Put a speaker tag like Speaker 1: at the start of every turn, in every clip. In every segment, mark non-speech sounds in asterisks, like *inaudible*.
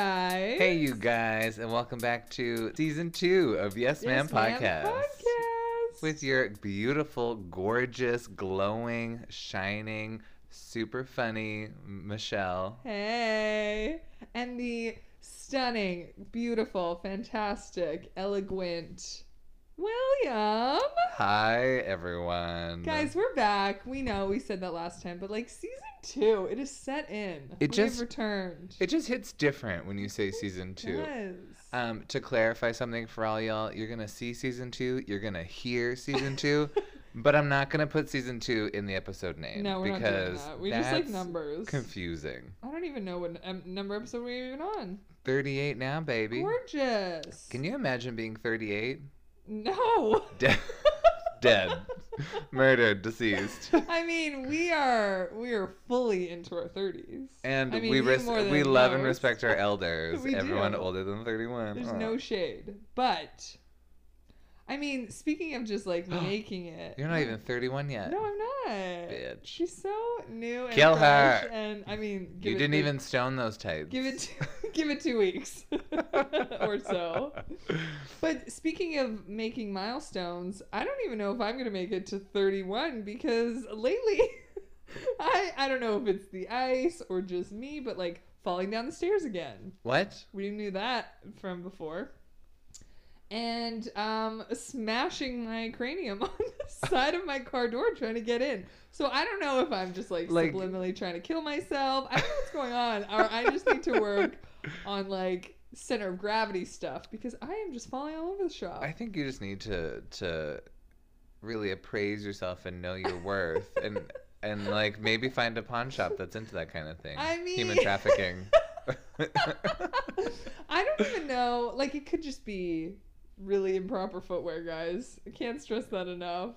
Speaker 1: Hey, you guys, and welcome back to season two of Yes, Man
Speaker 2: Yes, Ma'am
Speaker 1: Podcast.
Speaker 2: Podcast.
Speaker 1: With your beautiful, gorgeous, glowing, shining, super funny Michelle.
Speaker 2: Hey. And the stunning, beautiful, fantastic, eloquent William.
Speaker 1: Hi, everyone.
Speaker 2: Guys, we're back. We know we said that last time, but like season two, it is set in.
Speaker 1: It just-
Speaker 2: We've returned.
Speaker 1: it just hits different when you say season two.
Speaker 2: Yes.
Speaker 1: Um, to clarify something for all y'all, you're gonna see season two, you're gonna hear
Speaker 2: *laughs*
Speaker 1: season two, but I'm not gonna put season two in the episode name
Speaker 2: no, we're not doing
Speaker 1: because
Speaker 2: that. We just like
Speaker 1: that's
Speaker 2: numbers.
Speaker 1: confusing.
Speaker 2: I don't even know what um, number episode we're even on.
Speaker 1: 38 now, baby.
Speaker 2: Gorgeous.
Speaker 1: Can you imagine being 38?
Speaker 2: No. *laughs*
Speaker 1: Dead. Dead. Murdered, deceased.
Speaker 2: *laughs*
Speaker 1: *laughs*
Speaker 2: I mean, we are we are fully into our thirties,
Speaker 1: And
Speaker 2: I mean,
Speaker 1: we
Speaker 2: you
Speaker 1: res-
Speaker 2: more than
Speaker 1: we love and
Speaker 2: most.
Speaker 1: respect our elders.
Speaker 2: *laughs* We
Speaker 1: Everyone
Speaker 2: do.
Speaker 1: older than 31.
Speaker 2: There's
Speaker 1: Aw.
Speaker 2: no shade, but I mean, speaking of just
Speaker 1: *gasps*
Speaker 2: like making it,
Speaker 1: You're not even 31 yet.
Speaker 2: No, I'm not.
Speaker 1: Bitch.
Speaker 2: She's so new. And
Speaker 1: Kill
Speaker 2: fresh
Speaker 1: her.
Speaker 2: And I mean, give
Speaker 1: you
Speaker 2: it,
Speaker 1: didn't
Speaker 2: give-
Speaker 1: even stone those types.
Speaker 2: give
Speaker 1: *laughs*
Speaker 2: it two, *laughs* give it two weeks or so.
Speaker 1: *laughs*
Speaker 2: But speaking of making milestones, I don't even know if I'm gonna make it to 31 because lately, *laughs* I I don't know if it's the ice or just me, but like falling down the stairs again.
Speaker 1: What?
Speaker 2: We knew that from before. And um, smashing my cranium *laughs* on the side of my car door trying to get in. So I don't know if I'm just like,
Speaker 1: Like-
Speaker 2: subliminally trying to kill myself. I don't know what's going on. Or I just need to
Speaker 1: *laughs*
Speaker 2: work on like center of gravity stuff because I am just falling all over the shop. *laughs*
Speaker 1: I think you just need to to really appraise yourself and know your
Speaker 2: *laughs*
Speaker 1: worth and and like maybe find a pawn shop that's into that kind of thing.
Speaker 2: I
Speaker 1: human
Speaker 2: mean-
Speaker 1: trafficking.
Speaker 2: *laughs*
Speaker 1: *laughs*
Speaker 2: I don't even know. Like it could just be really improper footwear, guys. I can't stress that enough.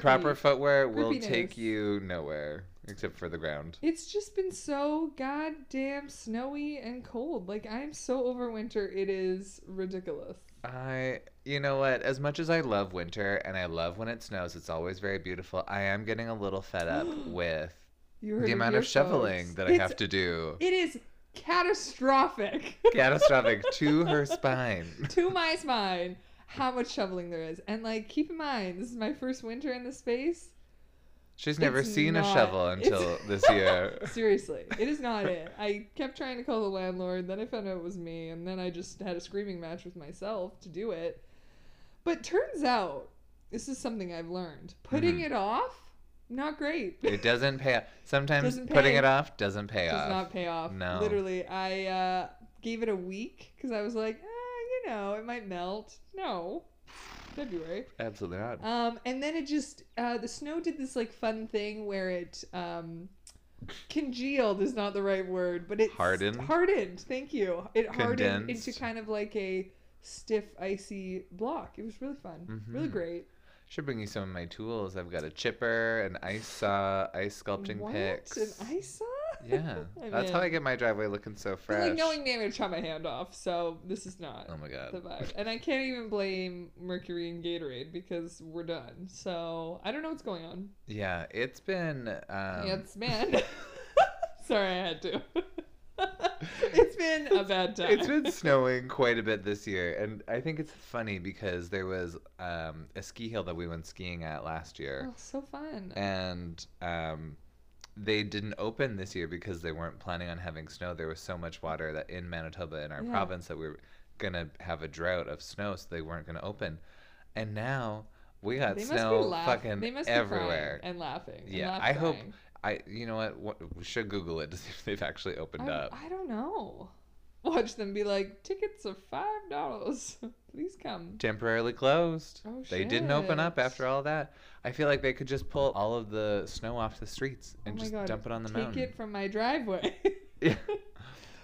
Speaker 1: Proper
Speaker 2: Rippy.
Speaker 1: footwear will
Speaker 2: Rippiness.
Speaker 1: take you nowhere except for the ground.
Speaker 2: It's just been so goddamn snowy and cold. Like I'm so over winter. It is ridiculous.
Speaker 1: I you know what, as much as I love winter and I love when it snows, it's always very beautiful. I am getting a little
Speaker 2: *gasps*
Speaker 1: fed up with
Speaker 2: You heard
Speaker 1: the amount
Speaker 2: here
Speaker 1: of shoveling
Speaker 2: first.
Speaker 1: that I
Speaker 2: It's-
Speaker 1: have
Speaker 2: *laughs*
Speaker 1: to do.
Speaker 2: It is catastrophic. *laughs*
Speaker 1: Catastrophic to her spine.
Speaker 2: to my spine. How much shoveling there is, and like keep in mind, this is my first winter in this space.
Speaker 1: She's never
Speaker 2: It's
Speaker 1: seen a
Speaker 2: not-
Speaker 1: shovel
Speaker 2: it's- *laughs*
Speaker 1: until this year.
Speaker 2: Seriously, it is not it. I kept trying to call the landlord, then I found out it was me, and then I just had a screaming match with myself to do it. But turns out, this is something I've learned. Putting it off, not great.
Speaker 1: It doesn't Mm-hmm. pay off. Sometimes
Speaker 2: Doesn't
Speaker 1: putting
Speaker 2: pay.
Speaker 1: it off doesn't pay
Speaker 2: *laughs* does
Speaker 1: off.
Speaker 2: not pay off.
Speaker 1: No.
Speaker 2: Literally, I uh, gave it a week because I was like, ah, you know, it might melt. No, February.
Speaker 1: Absolutely not.
Speaker 2: Um, and then it just uh, the snow did this like fun thing where it um, congealed is not the right word, but it
Speaker 1: Hardened?
Speaker 2: Hardened. Thank you. It hardened
Speaker 1: Condensed?
Speaker 2: into kind of like a stiff, icy block. It was really fun. Really
Speaker 1: Mhm.
Speaker 2: great.
Speaker 1: Should bring you some of my tools. I've got a chipper, an ice saw, ice sculpting
Speaker 2: what?
Speaker 1: picks.
Speaker 2: An ice saw? *laughs*
Speaker 1: Yeah,
Speaker 2: I'm
Speaker 1: that's how
Speaker 2: in.
Speaker 1: I get my driveway looking so
Speaker 2: But,
Speaker 1: fresh.
Speaker 2: like knowing me, I'm gonna chop my hand off. So this is not.
Speaker 1: oh my
Speaker 2: the
Speaker 1: god.
Speaker 2: vibe. And I can't even blame Mercury and Gatorade because we're done. So I don't know what's going on.
Speaker 1: Yeah, it's been. Um,
Speaker 2: Ants
Speaker 1: *laughs*
Speaker 2: man. Sorry, I had to. it's been a bad time.
Speaker 1: *laughs*
Speaker 2: *laughs*
Speaker 1: it's been snowing quite a bit this year, and I think it's funny because there was um, a ski hill that we went skiing at last year.
Speaker 2: oh, so fun.
Speaker 1: and um, they didn't open this year because they weren't planning on having snow. There was so much water that in Manitoba in our
Speaker 2: Yeah.
Speaker 1: province that we were gonna have a drought of snow, so they weren't gonna open. And now we got
Speaker 2: They must be
Speaker 1: snow
Speaker 2: laughing.
Speaker 1: fucking
Speaker 2: They must
Speaker 1: everywhere.
Speaker 2: be crying and laughing. and
Speaker 1: Yeah,
Speaker 2: laugh
Speaker 1: I hope
Speaker 2: crying.
Speaker 1: I, you know what? what? We should Google it to see *laughs* if they've actually opened
Speaker 2: Oh, I,
Speaker 1: up.
Speaker 2: I don't know. Watch them be like, tickets are five dollars. *laughs* Please come.
Speaker 1: Temporarily closed.
Speaker 2: Oh,
Speaker 1: they didn't open up
Speaker 2: shit.
Speaker 1: after all that. I feel like they could just pull all of the snow off the streets
Speaker 2: Oh
Speaker 1: and
Speaker 2: my
Speaker 1: just
Speaker 2: God,
Speaker 1: dump it on the
Speaker 2: Take
Speaker 1: mountain.
Speaker 2: it from my driveway.
Speaker 1: *laughs*
Speaker 2: *laughs*
Speaker 1: Yeah.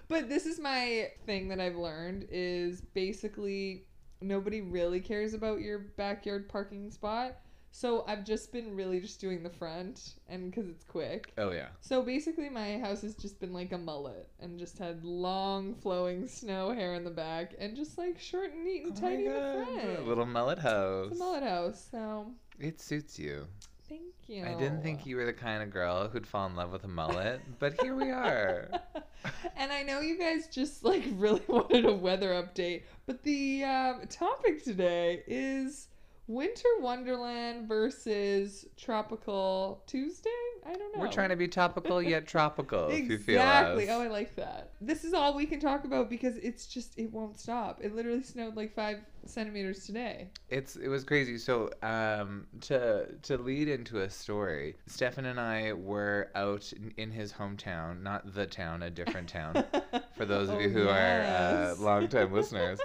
Speaker 2: But this is my thing that I've learned is basically nobody really cares about your backyard parking spot. So I've just been really just doing the front and cuz it's quick.
Speaker 1: Oh yeah.
Speaker 2: So basically my house has just been like a mullet and just had long flowing snow hair in the back and just like short and neat
Speaker 1: Oh
Speaker 2: and
Speaker 1: my
Speaker 2: tidy in the
Speaker 1: God,
Speaker 2: front.
Speaker 1: Little mullet house.
Speaker 2: It's a mullet house. So
Speaker 1: It suits you.
Speaker 2: Thank you.
Speaker 1: I didn't think you were the kind of girl who'd fall in love with a mullet, but here
Speaker 2: *laughs*
Speaker 1: we are.
Speaker 2: and I know you guys just like *laughs* really wanted a weather update, but the um, topic today is winter wonderland versus tropical Tuesday. I don't know.
Speaker 1: We're trying to be topical yet tropical, if you feel
Speaker 2: Exactly.
Speaker 1: us.
Speaker 2: Oh, I like that. This is all we can talk about because it's just it won't stop. It literally snowed like five centimeters today. *laughs*
Speaker 1: It's it was crazy. So um, to to lead into a story, Stefan and I were out in, in his hometown, not the town, a different town, for those
Speaker 2: *laughs*
Speaker 1: of
Speaker 2: Oh,
Speaker 1: you who
Speaker 2: yes.
Speaker 1: are uh, longtime listeners,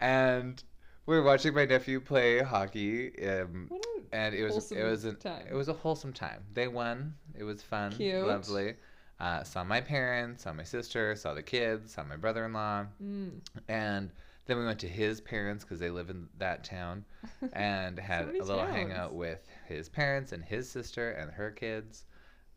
Speaker 1: and we were watching my nephew play hockey, um,
Speaker 2: What a
Speaker 1: and it was it
Speaker 2: wholesome
Speaker 1: was an
Speaker 2: time.
Speaker 1: it was a wholesome time. They won. It was fun,
Speaker 2: Cute.
Speaker 1: lovely. Uh, saw my parents, saw my sister, saw the kids, saw my brother-in-law.
Speaker 2: Mm.
Speaker 1: And then we went to his parents because they live in
Speaker 2: *laughs*
Speaker 1: that town and had
Speaker 2: many
Speaker 1: a little
Speaker 2: towns.
Speaker 1: hangout with his parents and his sister and her kids.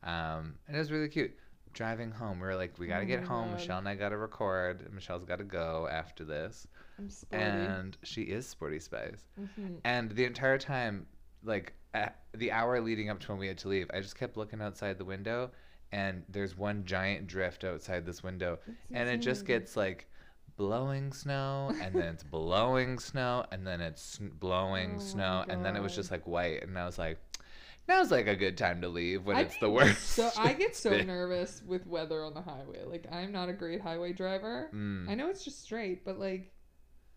Speaker 1: Um, and it was really cute. Driving home, we were like, we got to
Speaker 2: Oh
Speaker 1: get
Speaker 2: my
Speaker 1: home.
Speaker 2: God.
Speaker 1: Michelle and I got to record. Michelle's got to go after this.
Speaker 2: I'm sporty.
Speaker 1: And she is Sporty Spice.
Speaker 2: Mhm.
Speaker 1: And the entire time, like at the hour leading up to when we had to leave, I just kept looking outside the window. And there's one giant drift outside this window
Speaker 2: It's
Speaker 1: and it just
Speaker 2: insane.
Speaker 1: gets like blowing snow and then it's blowing snow and then it's sn- blowing
Speaker 2: Oh my
Speaker 1: snow and then it was
Speaker 2: God.
Speaker 1: just like white and i was like now's like a good time to leave when
Speaker 2: I
Speaker 1: it's the
Speaker 2: get
Speaker 1: worst
Speaker 2: So I get so
Speaker 1: Big.
Speaker 2: nervous with weather on the highway. Like I'm not a great highway driver.
Speaker 1: *laughs* Mm,
Speaker 2: I know it's just straight, but like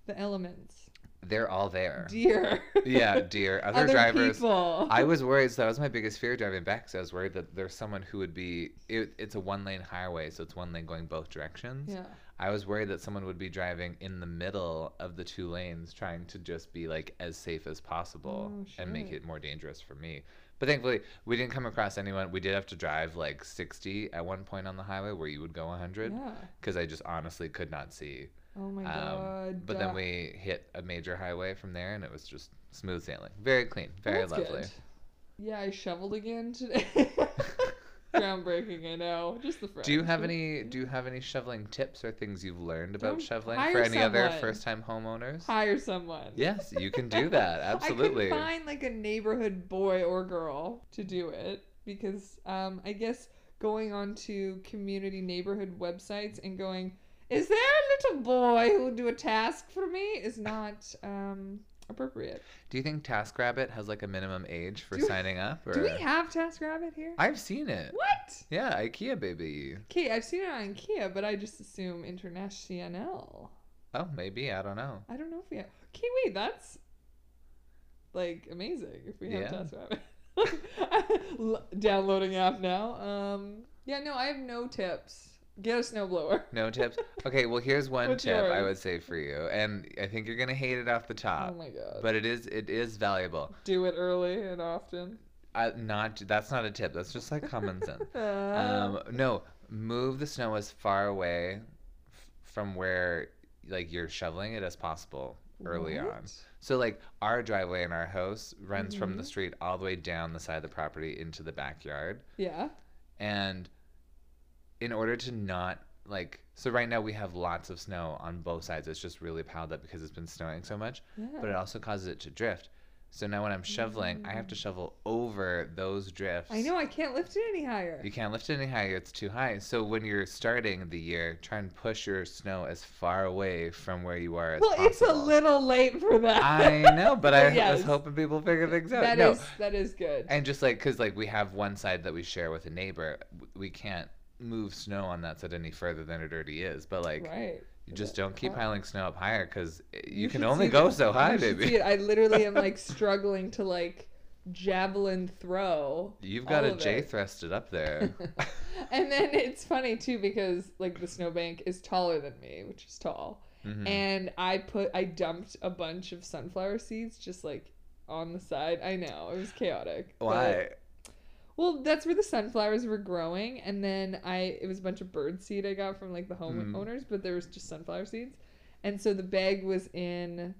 Speaker 2: the elements,
Speaker 1: they're all there
Speaker 2: deer,
Speaker 1: *laughs*
Speaker 2: *laughs*
Speaker 1: yeah dear other,
Speaker 2: other
Speaker 1: drivers
Speaker 2: people.
Speaker 1: i was worried so that was my biggest fear driving back because i was worried that there's someone who would be it, it's a one lane highway so it's one lane going both directions
Speaker 2: *laughs* yeah,
Speaker 1: I was worried that someone would be driving in the middle of the two lanes trying to just be like as safe as possible
Speaker 2: Oh,
Speaker 1: and make
Speaker 2: shit.
Speaker 1: it more dangerous for me. But thankfully, we didn't come across anyone. We did have to drive like 60 at one point on the highway where you would go 100
Speaker 2: yeah.
Speaker 1: because I just honestly could not see.
Speaker 2: Oh my
Speaker 1: Um,
Speaker 2: god.
Speaker 1: but
Speaker 2: uh,
Speaker 1: then we hit a major highway from there and it was just smooth sailing. Very clean, very
Speaker 2: that's
Speaker 1: lovely.
Speaker 2: good. Yeah, I shoveled again
Speaker 1: *laughs*
Speaker 2: today. Groundbreaking, I know. Just the front.
Speaker 1: Do you have any do you have any shoveling tips or things you've learned about
Speaker 2: Don't
Speaker 1: shoveling for
Speaker 2: hire
Speaker 1: any other
Speaker 2: someone.
Speaker 1: first-time homeowners?
Speaker 2: hire someone?
Speaker 1: Yes, you
Speaker 2: *laughs*
Speaker 1: can do that. Absolutely.
Speaker 2: I couldn't find like a neighborhood boy or girl to do it because um, I guess going on to community neighborhood websites and going, is there a little boy who will do a task for me? is not um, appropriate.
Speaker 1: Do you think TaskRabbit has like a minimum age for
Speaker 2: Do we-
Speaker 1: signing up? Or...
Speaker 2: Do we have TaskRabbit here?
Speaker 1: I've seen it.
Speaker 2: what?
Speaker 1: Yeah, IKEA baby.
Speaker 2: Okay, I've seen it on Kia, but I just assume international.
Speaker 1: Oh, maybe I don't know.
Speaker 2: I don't know if we have. Okay, wait, that's like amazing if we have
Speaker 1: Yeah.
Speaker 2: TaskRabbit. *laughs* L- Downloading app now. Um, yeah, no, I have no tips. Get a snowblower.
Speaker 1: No tips. Okay, well here's one
Speaker 2: What's
Speaker 1: tip I
Speaker 2: yours?
Speaker 1: would say for you, and I think you're gonna hate it off
Speaker 2: Oh
Speaker 1: the top,
Speaker 2: my god.
Speaker 1: Uh, but it is it is valuable.
Speaker 2: Do it early and often.
Speaker 1: I, not that's not a tip. That's just like common sense.
Speaker 2: *laughs* Uh,
Speaker 1: Um, no, move the snow as far away f- from where like you're shoveling it as possible early on.
Speaker 2: what?
Speaker 1: So like our driveway in our house runs from the
Speaker 2: Mhm.
Speaker 1: street all the way down the side of the property into the backyard.
Speaker 2: Yeah.
Speaker 1: And in order to not like so right now we have lots of snow on both sides. It's just really piled up because it's been snowing so much,
Speaker 2: Yeah.
Speaker 1: but it also causes it to drift. So now when I'm shoveling, I have to shovel over those drifts.
Speaker 2: Mm. I know I can't lift it any higher.
Speaker 1: You can't lift it any higher, it's too high. So when you're starting the year, try and push your snow as far away from where you are as
Speaker 2: well,
Speaker 1: possible.
Speaker 2: it's a little late for that. *laughs*
Speaker 1: I know, but I
Speaker 2: Yes.
Speaker 1: was hoping people figure things out.
Speaker 2: That
Speaker 1: no,
Speaker 2: is- that is good.
Speaker 1: and just like because like we have one side that we share with a neighbor, w- we can't move snow on that side any further than it already is. But like,
Speaker 2: right.
Speaker 1: you just don't keep piling snow up higher because you,
Speaker 2: You
Speaker 1: can
Speaker 2: should
Speaker 1: only
Speaker 2: see
Speaker 1: go
Speaker 2: the-
Speaker 1: so high,
Speaker 2: you should see
Speaker 1: baby.
Speaker 2: it. I literally am
Speaker 1: *laughs*
Speaker 2: like struggling to like javelin throw.
Speaker 1: You've got
Speaker 2: all
Speaker 1: a
Speaker 2: of
Speaker 1: J
Speaker 2: it.
Speaker 1: thrusted
Speaker 2: *laughs*
Speaker 1: up there.
Speaker 2: and then it's funny too because like the snowbank is taller than me, which is tall.
Speaker 1: Mhm.
Speaker 2: And I put I dumped a bunch of sunflower seeds just like on the side. I know it was chaotic. but-
Speaker 1: Why?
Speaker 2: well, that's where the sunflowers were growing, and then I it was a bunch of bird seed I got from like the homeowners,
Speaker 1: Mm.
Speaker 2: owners, but there was just sunflower seeds, and so the bag was in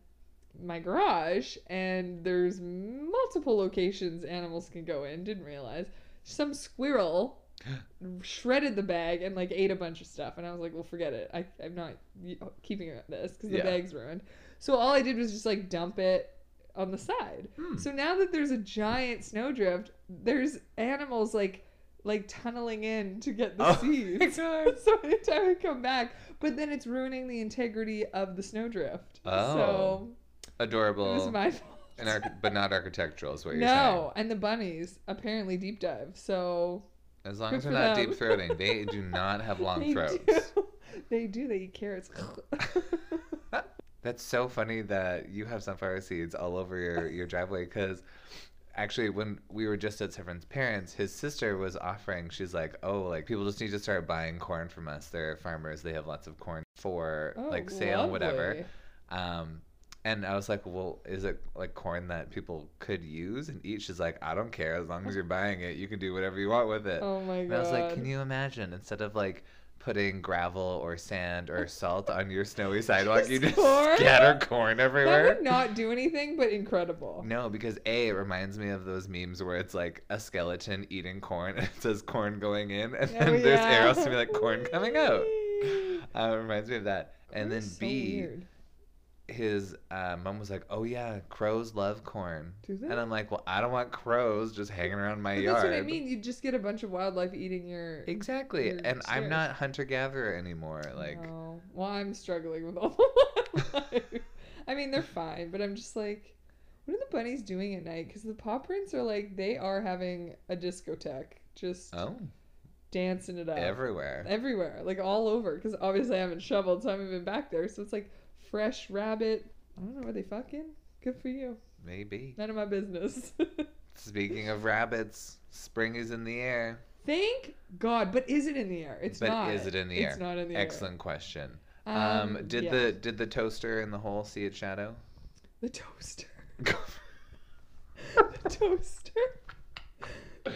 Speaker 2: my garage, and there's multiple locations animals can go in. Didn't realize some squirrel shredded the bag and like ate a bunch of stuff, and I was like, well, forget it, I I'm not y- keeping this because the
Speaker 1: Yeah.
Speaker 2: bag's ruined. So all I did was just like dump it on the side.
Speaker 1: Hmm.
Speaker 2: So now that there's a giant snowdrift, there's animals like like tunneling in to get the
Speaker 1: Oh.
Speaker 2: seeds. *laughs* so anytime we come back, but then it's ruining the integrity of the snowdrift.
Speaker 1: Oh.
Speaker 2: So it was
Speaker 1: Adorable,
Speaker 2: my fault.
Speaker 1: and arch- but not architectural is what Oh. you're
Speaker 2: no, and the bunnies apparently deep dive. So
Speaker 1: saying. As long
Speaker 2: Good
Speaker 1: as they're
Speaker 2: for
Speaker 1: not
Speaker 2: them.
Speaker 1: deep throating, they do not have
Speaker 2: *laughs*
Speaker 1: long
Speaker 2: they
Speaker 1: throats.
Speaker 2: do. *laughs* They do. They eat
Speaker 1: *laughs*
Speaker 2: carrots. *laughs*
Speaker 1: That's so funny that you have sunflower seeds all
Speaker 2: *laughs*
Speaker 1: over your, your driveway because actually when we were just at Severin's parents, his sister was offering, she's like, Oh, like people just need to start buying corn from us. They're farmers, they have lots of corn for
Speaker 2: Oh,
Speaker 1: like sale and whatever.
Speaker 2: lovely.
Speaker 1: Um and I was like, Well, is it like corn that people could use and eat? She's like, I don't care, as long as you're buying it, you can do whatever you want with it.
Speaker 2: Oh my god.
Speaker 1: And I was like, can you imagine instead of like putting gravel or sand
Speaker 2: *laughs*
Speaker 1: or salt on your snowy sidewalk, you
Speaker 2: Just
Speaker 1: just
Speaker 2: corn?
Speaker 1: scatter corn
Speaker 2: that
Speaker 1: everywhere?
Speaker 2: would not do anything, but incredible.
Speaker 1: No, because A, it reminds me of those memes where it's like a skeleton eating corn *laughs* and it says corn going in *laughs* and
Speaker 2: Oh,
Speaker 1: then there's
Speaker 2: yeah.
Speaker 1: arrows to be
Speaker 2: *laughs*
Speaker 1: like corn coming out.
Speaker 2: Whee!
Speaker 1: Uh, it reminds me of that. And
Speaker 2: That
Speaker 1: then
Speaker 2: is so
Speaker 1: B,
Speaker 2: weird.
Speaker 1: his uh, mom was like, oh yeah, crows love corn.
Speaker 2: Do they?
Speaker 1: And I'm like, well, I don't want crows just hanging around my
Speaker 2: But
Speaker 1: yard.
Speaker 2: that's what I mean. You just get a bunch of wildlife eating your.
Speaker 1: Exactly.
Speaker 2: You're
Speaker 1: And
Speaker 2: serious.
Speaker 1: I'm not hunter gatherer anymore. Like,
Speaker 2: No. Well, I'm struggling with all *laughs* the wildlife. I mean, they're fine, but I'm just like, what are the bunnies doing at night? Because the paw prints are like they are having a discotheque, just
Speaker 1: oh.
Speaker 2: dancing it up
Speaker 1: everywhere.
Speaker 2: everywhere, like all over. Because obviously I haven't shoveled, so I haven't been back there. So it's like fresh rabbit. I don't know. Are they fucking? Good for you.
Speaker 1: Maybe.
Speaker 2: None of my business. *laughs*
Speaker 1: Speaking of rabbits, spring is in the air.
Speaker 2: Thank God. But is it in the air? It's
Speaker 1: But
Speaker 2: not.
Speaker 1: is it in the
Speaker 2: It's
Speaker 1: air?
Speaker 2: not in the air.
Speaker 1: Excellent question. Um, did
Speaker 2: yeah.
Speaker 1: the did the toaster in the hole see its shadow?
Speaker 2: the toaster? *laughs* the toaster.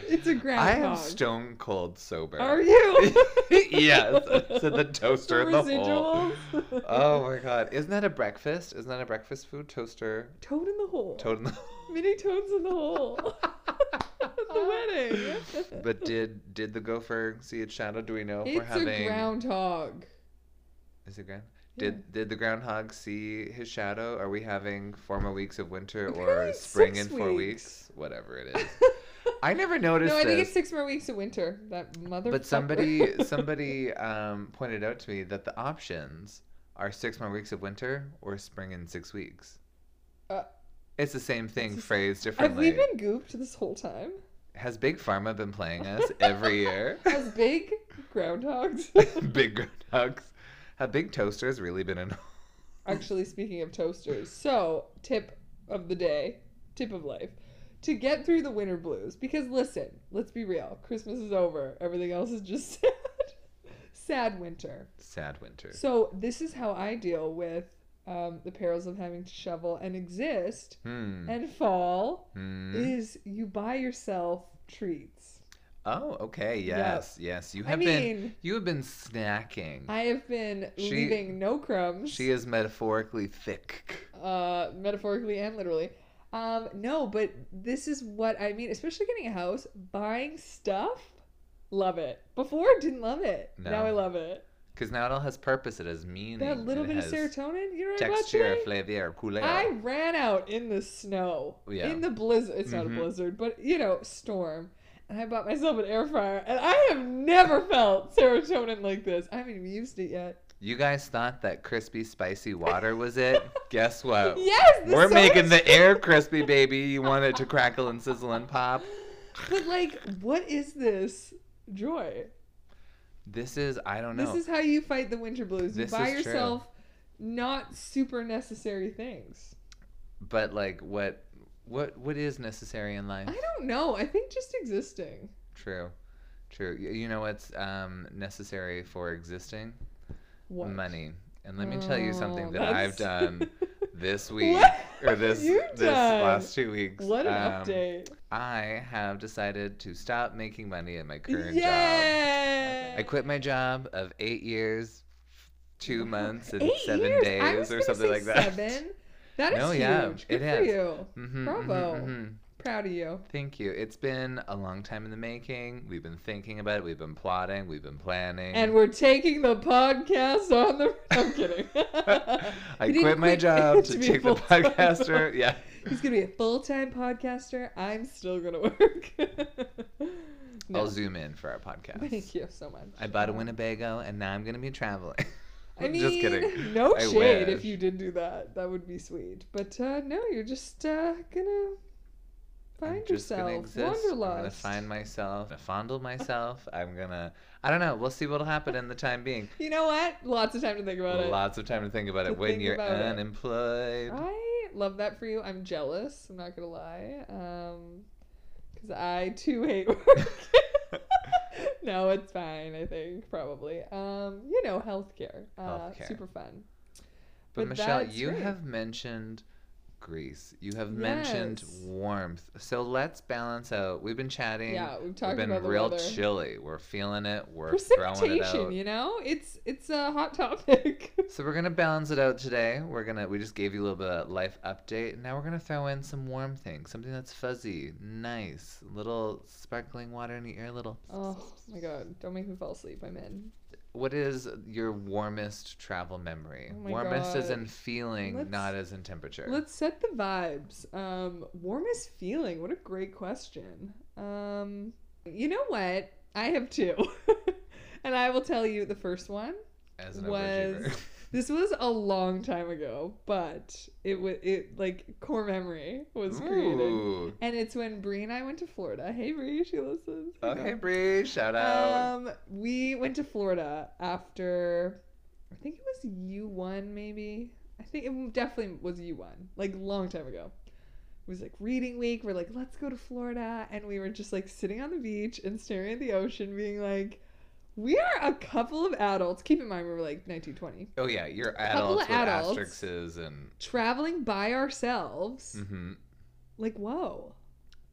Speaker 2: It's a
Speaker 1: I
Speaker 2: groundhog.
Speaker 1: am stone cold sober.
Speaker 2: Are you?
Speaker 1: *laughs* yes.
Speaker 2: *laughs*
Speaker 1: So the toaster in the hole.
Speaker 2: residuals.
Speaker 1: *laughs* Oh my god. Isn't that a breakfast? Isn't that a breakfast food? Toaster
Speaker 2: Toad in the hole.
Speaker 1: toad in the
Speaker 2: *laughs* Mini toads in the
Speaker 1: *laughs*
Speaker 2: hole. *laughs* At the wedding.
Speaker 1: But did did the gopher see its shadow? Do we know if we're
Speaker 2: it's
Speaker 1: having
Speaker 2: a groundhog.
Speaker 1: Is it ground? Did did the groundhog see his shadow? Are we having four more weeks of winter
Speaker 2: Apparently
Speaker 1: or
Speaker 2: it's
Speaker 1: spring in
Speaker 2: six
Speaker 1: four
Speaker 2: weeks.
Speaker 1: weeks? Whatever
Speaker 2: *laughs*
Speaker 1: it is. I never noticed
Speaker 2: no, I think
Speaker 1: this.
Speaker 2: it's six more weeks of winter. That mother.
Speaker 1: but
Speaker 2: *laughs*
Speaker 1: somebody somebody um, pointed out to me that the options are six more weeks of winter or spring in six weeks.
Speaker 2: Uh,
Speaker 1: it's the same thing
Speaker 2: the s-
Speaker 1: phrased
Speaker 2: Have
Speaker 1: differently.
Speaker 2: we been gooped this whole time?
Speaker 1: Has Big Pharma been playing us every year? *laughs*
Speaker 2: As big groundhogs.
Speaker 1: big groundhogs. Have big toasters really been in?
Speaker 2: Actually, speaking of toasters, so tip of the day, tip of life, to get through the winter blues. Because listen, let's be real, Christmas is over. Everything else is just *laughs* sad, sad winter.
Speaker 1: *laughs* Sad winter.
Speaker 2: So this is how I deal with um, the perils of having to shovel and exist.
Speaker 1: Hmm.
Speaker 2: And fall
Speaker 1: Hmm.
Speaker 2: is you buy yourself treats.
Speaker 1: Oh, okay.
Speaker 2: Yep.
Speaker 1: Yes, yes. You
Speaker 2: I
Speaker 1: have been
Speaker 2: mean,
Speaker 1: you have been snacking.
Speaker 2: I have been
Speaker 1: She-
Speaker 2: leaving no crumbs.
Speaker 1: she is metaphorically thick.
Speaker 2: uh, metaphorically and literally. Um, no, but this is what I mean, especially getting a house, buying stuff, love it. Before didn't love it. Now
Speaker 1: No.
Speaker 2: I love it.
Speaker 1: Because now it all has purpose. It has meaning.
Speaker 2: That little
Speaker 1: it
Speaker 2: bit of
Speaker 1: has
Speaker 2: serotonin, you know what I bought
Speaker 1: Texture,
Speaker 2: today?
Speaker 1: flavor, couleur.
Speaker 2: I ran out in the snow,
Speaker 1: Yeah.
Speaker 2: in the blizzard. It's not
Speaker 1: Mhm.
Speaker 2: a blizzard, but you know, storm. And I bought myself an air fryer, and I have never felt serotonin like this. I haven't even used it yet.
Speaker 1: You guys thought that crispy, spicy water
Speaker 2: *laughs*
Speaker 1: was it? Guess what?
Speaker 2: yes, the
Speaker 1: Oh. We're
Speaker 2: soda
Speaker 1: making the air crispy, baby. You want it to crackle and sizzle and
Speaker 2: *gasps*
Speaker 1: pop.
Speaker 2: But like, what is this joy?
Speaker 1: This is I don't know.
Speaker 2: This is how you fight the winter blues. You
Speaker 1: This
Speaker 2: buy
Speaker 1: is true.
Speaker 2: yourself not super necessary things.
Speaker 1: But like, what, what, what is necessary in life?
Speaker 2: I don't know. I think just existing.
Speaker 1: True, true. Y- You know what's um, necessary for existing?
Speaker 2: What? *laughs*
Speaker 1: money. And let me tell you
Speaker 2: Oh,
Speaker 1: something that I've
Speaker 2: that's- *laughs*
Speaker 1: done this week or
Speaker 2: have
Speaker 1: this
Speaker 2: you
Speaker 1: this
Speaker 2: done?
Speaker 1: last two weeks.
Speaker 2: What an
Speaker 1: um,
Speaker 2: update.
Speaker 1: I have decided to stop making money at my current job.
Speaker 2: Yay!
Speaker 1: I quit my job of eight years, two months, and
Speaker 2: Eight
Speaker 1: seven
Speaker 2: years? I was
Speaker 1: days or
Speaker 2: gonna
Speaker 1: something
Speaker 2: say
Speaker 1: *laughs* like that.
Speaker 2: Seven. That is
Speaker 1: No,
Speaker 2: huge.
Speaker 1: yeah,
Speaker 2: Good
Speaker 1: it
Speaker 2: for
Speaker 1: is.
Speaker 2: you.
Speaker 1: Mhm, mhm,
Speaker 2: Bravo.
Speaker 1: mhm.
Speaker 2: Proud of you.
Speaker 1: Thank you. It's been a long time in the making. We've been thinking about it. We've been plotting. We've been planning.
Speaker 2: And we're taking the podcast on the. *laughs* I'm kidding.
Speaker 1: *laughs* I
Speaker 2: He didn't
Speaker 1: quit my
Speaker 2: quit *laughs*
Speaker 1: job
Speaker 2: to
Speaker 1: to
Speaker 2: be
Speaker 1: take the
Speaker 2: full-time.
Speaker 1: podcaster. Yeah.
Speaker 2: He's gonna be a full time podcaster. I'm still gonna work. *laughs* no.
Speaker 1: I'll zoom in for our podcast.
Speaker 2: Thank you so much.
Speaker 1: I bought a Winnebago and now I'm going to be traveling. *laughs*
Speaker 2: I mean,
Speaker 1: just *laughs* kidding.
Speaker 2: no
Speaker 1: I
Speaker 2: shade
Speaker 1: wish.
Speaker 2: if you did do that. That would be sweet. But uh, no, you're just uh, gonna
Speaker 1: I'm
Speaker 2: find
Speaker 1: just gonna
Speaker 2: yourself.
Speaker 1: exist. I'm gonna
Speaker 2: Wanderlust.
Speaker 1: find myself. I'm gonna fondle myself. I'm gonna. I don't know. We'll see what'll happen in the time being.
Speaker 2: You know what? Lots of time to think about it.
Speaker 1: Lots of time to think about
Speaker 2: To
Speaker 1: it when
Speaker 2: think
Speaker 1: you're
Speaker 2: about it. Ah,
Speaker 1: unemployed.
Speaker 2: I love that for you. I'm jealous. I'm not gonna lie. Um, because I too hate work. *laughs* no, it's fine. I think probably. Um, you know, healthcare. Uh,
Speaker 1: Healthcare.
Speaker 2: super fun.
Speaker 1: But
Speaker 2: But
Speaker 1: Michelle,
Speaker 2: that's
Speaker 1: you
Speaker 2: great.
Speaker 1: have mentioned Greece. You have mentioned
Speaker 2: Yes.
Speaker 1: warmth. So let's balance out. We've been chatting.
Speaker 2: Yeah, we've
Speaker 1: We've
Speaker 2: talked
Speaker 1: been
Speaker 2: about the
Speaker 1: real
Speaker 2: weather.
Speaker 1: chilly. We're feeling it. We're throwing it
Speaker 2: Precipitation,
Speaker 1: out.
Speaker 2: you know, it's it's a hot topic. *laughs*
Speaker 1: So we're gonna balance it out today. We're gonna we just gave you a little bit of life update. and Now we're gonna throw in some warm things, something that's fuzzy, nice, little sparkling water in your ear, little.
Speaker 2: oh my god! Don't make me fall asleep. I'm in.
Speaker 1: What is your warmest travel memory?
Speaker 2: Oh my
Speaker 1: warmest as
Speaker 2: God.
Speaker 1: in feeling,
Speaker 2: Let's-
Speaker 1: not as in temperature.
Speaker 2: Let's set the vibes. Um, warmest feeling. What a great question. Um, you know what? I have two, *laughs* and I will tell you the first one.
Speaker 1: as an
Speaker 2: was-
Speaker 1: *laughs* overachiever.
Speaker 2: This was a long time ago, but it was it like core memory was created,
Speaker 1: Ooh.
Speaker 2: and it's when Bree and I went to Florida. Hey Bree, she listens. Hey,
Speaker 1: Okay,
Speaker 2: girl.
Speaker 1: Bree, shout out.
Speaker 2: Um, we went to Florida after, I think it was U one maybe. I think it definitely was U one, like long time ago. It was like reading week. We're like, let's go to Florida, and we were just like sitting on the beach and staring at the ocean, being like, we are a couple of adults. Keep in mind, we were like nineteen twenty,
Speaker 1: oh yeah, you're
Speaker 2: couple
Speaker 1: adults
Speaker 2: of
Speaker 1: with
Speaker 2: adults.
Speaker 1: asterisks and.
Speaker 2: traveling by ourselves.
Speaker 1: hmm
Speaker 2: Like, whoa.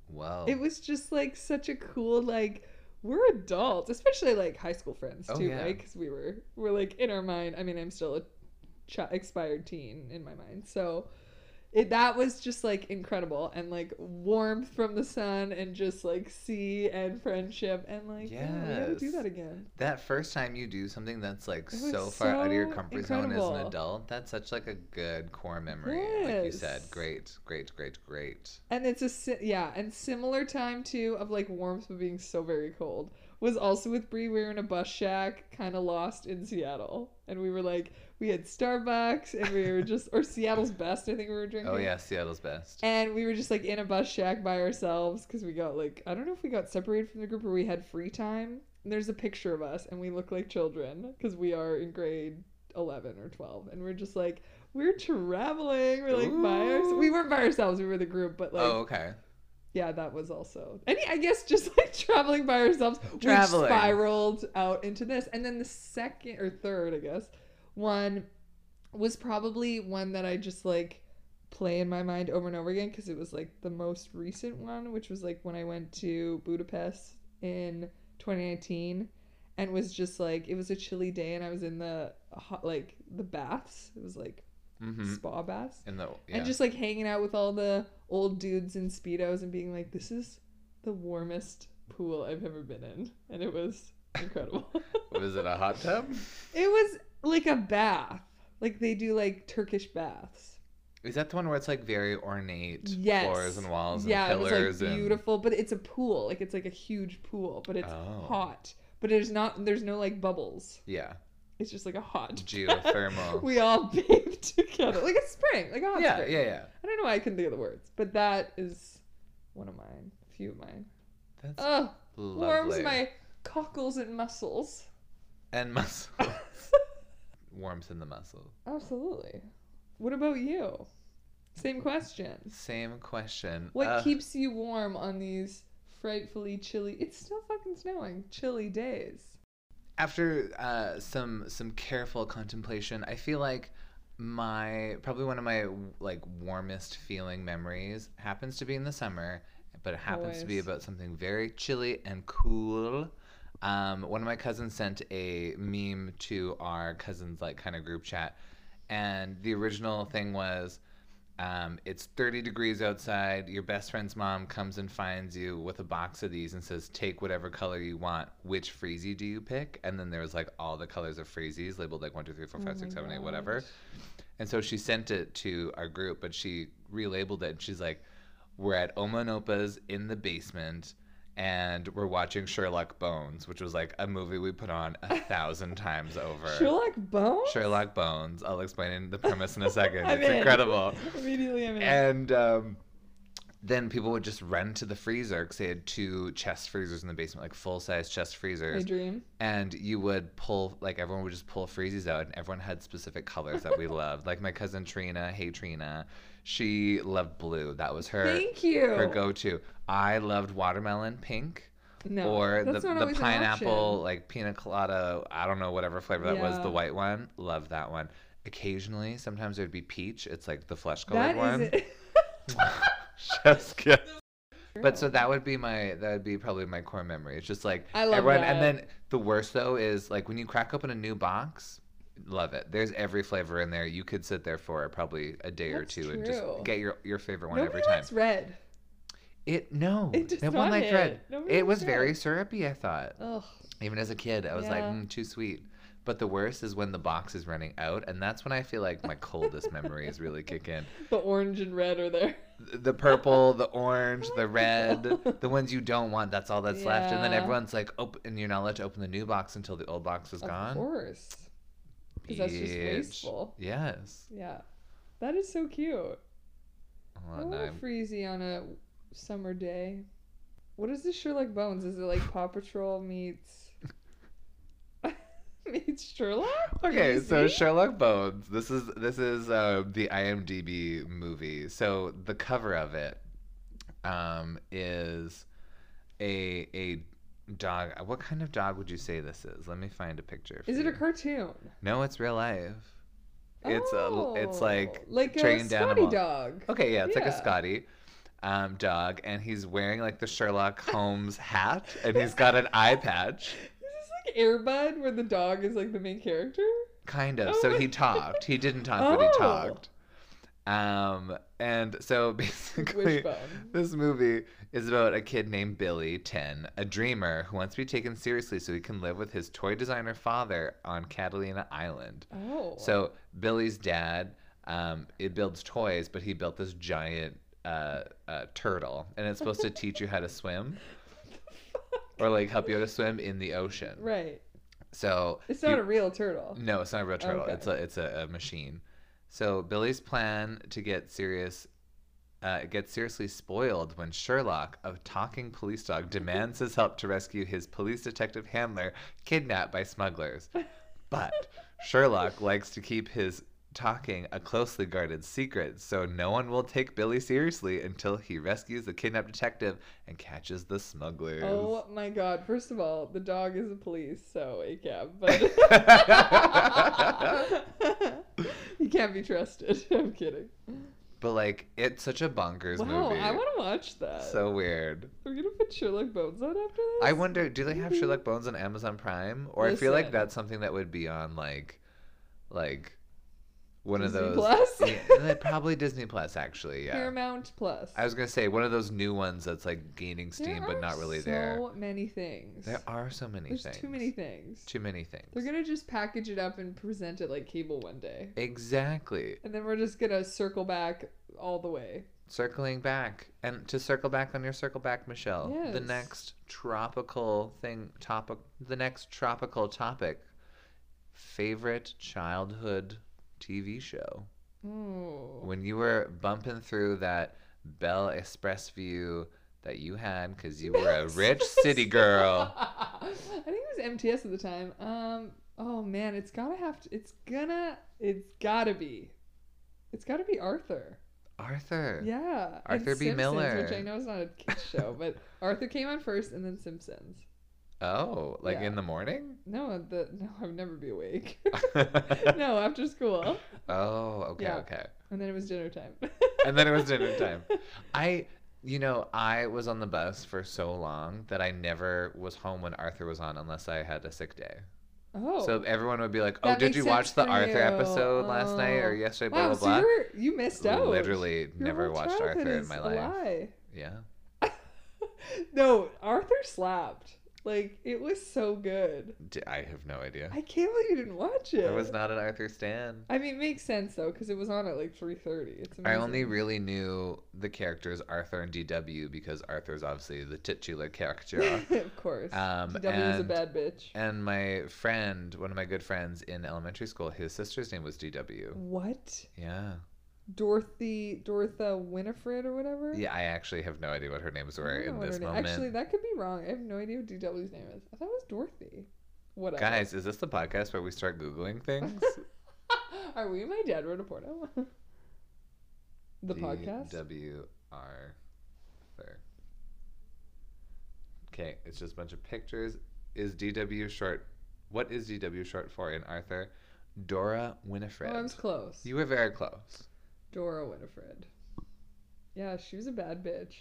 Speaker 1: Wow.
Speaker 2: It was just like such a cool like we're adults, especially like high school friends too,
Speaker 1: Oh,
Speaker 2: right? 'Cause
Speaker 1: yeah.
Speaker 2: Because we were we're like in our mind. I mean, I'm still a ch- expired teen in my mind, so it that was just like incredible and like warmth from the sun and just like sea and friendship and like yeah, we gotta do
Speaker 1: Yes.
Speaker 2: that again.
Speaker 1: That first time you do something that's like
Speaker 2: It was
Speaker 1: so far out of your
Speaker 2: so
Speaker 1: comfort zone as
Speaker 2: incredible.
Speaker 1: an adult, that's such like a good core memory. Like you said,
Speaker 2: Yes.
Speaker 1: great, great, great, great.
Speaker 2: And it's a si- yeah, and similar time too of like warmth but being so very cold was also with Bree. We were in a bus shack, kind of lost in Seattle, and we were like we had Starbucks and we were just or Seattle's best. I think we were drinking.
Speaker 1: Oh yeah, Seattle's best.
Speaker 2: And we were just like in a bus shack by ourselves because we got like I don't know if we got separated from the group or we had free time. And there's a picture of us and we look like children because we are in grade eleven or twelve, and we're just like we're traveling. We're like by ourselves.
Speaker 1: Ooh.
Speaker 2: We weren't by ourselves. We were the group, but like
Speaker 1: oh okay.
Speaker 2: yeah, that was also. And I guess just *laughs* like traveling by ourselves,
Speaker 1: Traveling.
Speaker 2: which spiraled out into this. And then the second or third, I guess, one was probably one that I just like play in my mind over and over again because it was like the most recent one, which was like when I went to Budapest in 2019 and was just like it was a chilly day and I was in the hot like the baths. It was like
Speaker 1: Mm-hmm.
Speaker 2: spa baths
Speaker 1: And the yeah.
Speaker 2: and just like hanging out with all the old dudes in speedos and being like, "This is the warmest pool I've ever been in," and it was incredible. *laughs*
Speaker 1: was it a hot tub?
Speaker 2: it was like a bath, like they do like Turkish baths.
Speaker 1: Is that the one where it's like very ornate
Speaker 2: Yes.
Speaker 1: floors and walls and
Speaker 2: yeah, it
Speaker 1: pillars
Speaker 2: was like
Speaker 1: and
Speaker 2: beautiful, but it's a pool, like it's like a huge pool, but it's
Speaker 1: Oh.
Speaker 2: hot. But there's not, there's no like bubbles.
Speaker 1: yeah,
Speaker 2: *laughs* It's just like a hot. *laughs*
Speaker 1: geothermal.
Speaker 2: We all *laughs* bathed together, like a spring, like a hot
Speaker 1: yeah,
Speaker 2: spring.
Speaker 1: yeah, yeah.
Speaker 2: I don't know why I couldn't think of the words, but that is one of mine, a few of mine.
Speaker 1: That's
Speaker 2: Ugh.
Speaker 1: lovely.
Speaker 2: Uh, warms my cockles and
Speaker 1: *laughs*
Speaker 2: muscles.
Speaker 1: and muscle. Warmth in the muscle.
Speaker 2: Absolutely. What about you? Same question.
Speaker 1: Same question.
Speaker 2: What
Speaker 1: Uh,
Speaker 2: keeps you warm on these frightfully chilly? It's still fucking snowing. Chilly days.
Speaker 1: after uh, some some careful contemplation, I feel like my probably one of my like warmest feeling memories happens to be in the summer, but it happens to be
Speaker 2: Always.
Speaker 1: about something very chilly and cool. Um, one of my cousins sent a meme to our cousins like kind of group chat, and the original thing was Um, it's 30 degrees outside. Your best friend's mom comes and finds you with a box of these and says, "Take whatever color you want. Which freezy do you pick?" And then there was like all the colors of freezies labeled like one, two, three, four,
Speaker 2: Oh
Speaker 1: five,
Speaker 2: my
Speaker 1: six, seven, eight,
Speaker 2: gosh.
Speaker 1: whatever. And so she sent it to our group, but she relabeled it. And she's like, "We're at Oma and Opa's in the basement." And we're watching Sherlock Bones, which was like a movie we put on a thousand times over.
Speaker 2: Sherlock Bones?
Speaker 1: Sherlock Bones. I'll explain the premise in a second.
Speaker 2: *laughs* I'm
Speaker 1: it's
Speaker 2: in.
Speaker 1: incredible.
Speaker 2: Immediately, I'm in.
Speaker 1: And um, then people would just run to the freezer because they had two chest freezers in the basement, like full size chest
Speaker 2: I
Speaker 1: freezers.
Speaker 2: dream.
Speaker 1: And you would pull, like everyone would just pull freezies out, and everyone had specific colors
Speaker 2: *laughs*
Speaker 1: that we loved. Like my cousin Trina, hey Trina, she loved blue. That was her
Speaker 2: Thank you.
Speaker 1: her go to. I loved watermelon pink.
Speaker 2: no,
Speaker 1: or the,
Speaker 2: that's not
Speaker 1: the
Speaker 2: always an
Speaker 1: pineapple
Speaker 2: option.
Speaker 1: like pina colada i don't know whatever flavor that was
Speaker 2: Yeah.
Speaker 1: the white one love that one occasionally sometimes it would be peach it's like the flesh
Speaker 2: That
Speaker 1: colored
Speaker 2: is
Speaker 1: one
Speaker 2: it.
Speaker 1: *laughs*
Speaker 2: *laughs*
Speaker 1: Just kidding. *laughs* but so that would be my that would be probably my core memory it's just like
Speaker 2: I love
Speaker 1: everyone and
Speaker 2: that.
Speaker 1: then the worst though is like when you crack open a new box love it there's every flavor in there you could sit there for probably a day or
Speaker 2: That's
Speaker 1: two and just
Speaker 2: true.
Speaker 1: get your your favorite one
Speaker 2: Nobody
Speaker 1: every time
Speaker 2: likes red.
Speaker 1: it no
Speaker 2: It does
Speaker 1: no one
Speaker 2: not
Speaker 1: liked
Speaker 2: hit.
Speaker 1: red
Speaker 2: Nobody
Speaker 1: it
Speaker 2: likes
Speaker 1: was
Speaker 2: red.
Speaker 1: very syrupy i thought
Speaker 2: Ugh.
Speaker 1: even as a kid, I was like,
Speaker 2: Yeah.
Speaker 1: mm, too sweet. But the worst is when the box is running out, and that's when I feel like my coldest memories really kick in.
Speaker 2: The orange and red are there.
Speaker 1: Th- The purple, the orange,
Speaker 2: *laughs*
Speaker 1: the red, the ones you don't want, that's all that's left. And then
Speaker 2: Yeah.
Speaker 1: everyone's like, open, and you're not allowed to open the new box until the old box is
Speaker 2: Of
Speaker 1: gone.
Speaker 2: course. Because that's just
Speaker 1: Bitch.
Speaker 2: wasteful.
Speaker 1: Yes.
Speaker 2: Yeah. That is so cute.
Speaker 1: Oh,
Speaker 2: I
Speaker 1: no,
Speaker 2: want a
Speaker 1: I'm-
Speaker 2: freezy on a summer day. What is this Sherlock Bones? Is it like Paw Patrol meets *laughs* meets Sherlock?
Speaker 1: Okay, so
Speaker 2: Freezy?
Speaker 1: Sherlock Bones. This is this is uh, the IMDb movie. So the cover of it um, is a a dog. What kind of dog would you say this is? Let me find a picture. for
Speaker 2: Is it a
Speaker 1: you.
Speaker 2: cartoon?
Speaker 1: No, it's real life. It's a
Speaker 2: Oh,
Speaker 1: it's like
Speaker 2: like
Speaker 1: trained
Speaker 2: a Scotty
Speaker 1: animal.
Speaker 2: dog.
Speaker 1: Okay, yeah, it's like
Speaker 2: Yeah.
Speaker 1: a Scotty um, dog, and he's wearing like
Speaker 2: *laughs*
Speaker 1: the Sherlock Holmes hat, and he's got an eye patch.
Speaker 2: Is this like Airbud, where the dog is like the main character?
Speaker 1: *laughs* Kind of.
Speaker 2: Oh
Speaker 1: so
Speaker 2: my *laughs*
Speaker 1: he
Speaker 2: God.
Speaker 1: talked. He didn't talk, but he
Speaker 2: Oh.
Speaker 1: talked. Um, and so *laughs* basically,
Speaker 2: Wishbone.
Speaker 1: this movie is about a kid named Billy, 10, a dreamer who wants to be taken seriously so he can live with his toy designer father on Catalina Island.
Speaker 2: Oh.
Speaker 1: So Billy's dad, um, it builds toys, but he built this giant uh, uh, turtle, and it's supposed to teach you how
Speaker 2: *laughs*
Speaker 1: to swim or like help you how to swim in the ocean.
Speaker 2: Right.
Speaker 1: So
Speaker 2: It's
Speaker 1: you-
Speaker 2: not a real turtle.
Speaker 1: no, it's not a real turtle.
Speaker 2: Okay.
Speaker 1: It's a it's a, a machine. So Billy's plan to get serious uh, gets seriously spoiled when Sherlock, a talking police dog, demands his help to rescue his police detective handler kidnapped by smugglers. But Sherlock likes to keep his talking a closely guarded secret, so no one will take Billy seriously until he rescues the kidnapped detective and catches the smugglers.
Speaker 2: Oh
Speaker 1: *laughs*
Speaker 2: *laughs* my god. First of all, the dog is a police, so a cab,
Speaker 1: *laughs*
Speaker 2: but *laughs* he can't be trusted. *laughs* I'm kidding.
Speaker 1: but like, it's such a bonkers
Speaker 2: wow,
Speaker 1: movie.
Speaker 2: I want to watch that.
Speaker 1: so weird.
Speaker 2: we're gonna put Sherlock Bones on after this.
Speaker 1: I wonder, do they have
Speaker 2: Mhm.
Speaker 1: Sherlock Bones on Amazon Prime? Or I feel like
Speaker 2: Listen.
Speaker 1: that's something that would be on like, like, one
Speaker 2: Disney
Speaker 1: of those.
Speaker 2: Plus? *laughs*
Speaker 1: Yeah, they- probably Disney Plus, actually. Yeah.
Speaker 2: Paramount Plus.
Speaker 1: I was gonna say one of those new ones that's like gaining
Speaker 2: There
Speaker 1: steam, but
Speaker 2: are
Speaker 1: not really
Speaker 2: so
Speaker 1: there.
Speaker 2: many things.
Speaker 1: There are so many
Speaker 2: There's
Speaker 1: things.
Speaker 2: too many things.
Speaker 1: Too many things.
Speaker 2: They're gonna just package it up and present it like cable one day,
Speaker 1: Exactly.
Speaker 2: and then we're just gonna circle back all the way.
Speaker 1: Circling back, and to circle back on your circle back, Michelle. The
Speaker 2: Yes.
Speaker 1: next tropical thing topic. The next tropical topic. Favorite childhood TV show.
Speaker 2: Ooh.
Speaker 1: when you were bumping through that Bell Express view that you had because you were a rich city girl.
Speaker 2: *laughs*
Speaker 1: *laughs*
Speaker 2: I think it was MTS at the time. Um. Oh man, it's gotta have to. It's gonna. It's gotta be. It's gotta be Arthur.
Speaker 1: Arthur.
Speaker 2: Yeah. and
Speaker 1: Arthur B.
Speaker 2: Simpsons,
Speaker 1: Miller.
Speaker 2: Which I know is not a
Speaker 1: *laughs*
Speaker 2: kids show, but Arthur came on first and then Simpsons.
Speaker 1: Oh, like
Speaker 2: Yeah.
Speaker 1: in
Speaker 2: *laughs*
Speaker 1: the morning?
Speaker 2: No, the no, I would never be
Speaker 1: *laughs*
Speaker 2: awake. no, after school.
Speaker 1: oh, okay,
Speaker 2: Yeah.
Speaker 1: okay.
Speaker 2: And then it was dinner time.
Speaker 1: And then it was dinner time. I, you know, I was on the bus for so long that I never was home when Arthur was on unless I had a sick day.
Speaker 2: *laughs* Oh.
Speaker 1: So everyone would be like, "Oh,
Speaker 2: That
Speaker 1: did
Speaker 2: makes
Speaker 1: you watch
Speaker 2: sense
Speaker 1: the
Speaker 2: for
Speaker 1: Arthur
Speaker 2: you.
Speaker 1: episode last night or
Speaker 2: Oh.
Speaker 1: yesterday?"
Speaker 2: wow,
Speaker 1: Blah
Speaker 2: so
Speaker 1: blah blah.
Speaker 2: you're- you missed out.
Speaker 1: Literally
Speaker 2: Your
Speaker 1: never
Speaker 2: whole
Speaker 1: watched
Speaker 2: childhood
Speaker 1: Arthur in
Speaker 2: is
Speaker 1: my
Speaker 2: a
Speaker 1: life.
Speaker 2: lie.
Speaker 1: Yeah.
Speaker 2: No, Arthur slapped. Like it was so good.
Speaker 1: D- I have no idea.
Speaker 2: I can't believe you didn't watch it.
Speaker 1: I was not an Arthur Stan.
Speaker 2: I mean, it makes sense though, because it was on at like three thirty. It's
Speaker 1: I
Speaker 2: amazing.
Speaker 1: only really knew the characters Arthur and DW because Arthur's obviously the
Speaker 2: *laughs*
Speaker 1: titular character.
Speaker 2: of course.
Speaker 1: Um,
Speaker 2: DW is a
Speaker 1: and-
Speaker 2: bad bitch.
Speaker 1: and my friend, one of my good friends in elementary school, his sister's name was DW.
Speaker 2: What?
Speaker 1: Yeah.
Speaker 2: Dorothy, Dorotha Winifred or whatever.
Speaker 1: Yeah, I actually have no idea what her names
Speaker 2: I
Speaker 1: were
Speaker 2: don't know
Speaker 1: in
Speaker 2: what her
Speaker 1: this
Speaker 2: name-
Speaker 1: moment.
Speaker 2: Actually, that could be wrong. I have no idea what DW's name is. I thought it was Dorothy. Whatever.
Speaker 1: Guys, is this the podcast where we start Googling things?
Speaker 2: *laughs* Are we? My dad wrote a porno. *laughs* the podcast.
Speaker 1: DWR. There. Okay, it's just a bunch of pictures. Is DW short? What is DW short for in Arthur? Dora Winifred.
Speaker 2: oh, I was close.
Speaker 1: you were very close.
Speaker 2: Dora Winifred. Yeah, she was a bad bitch.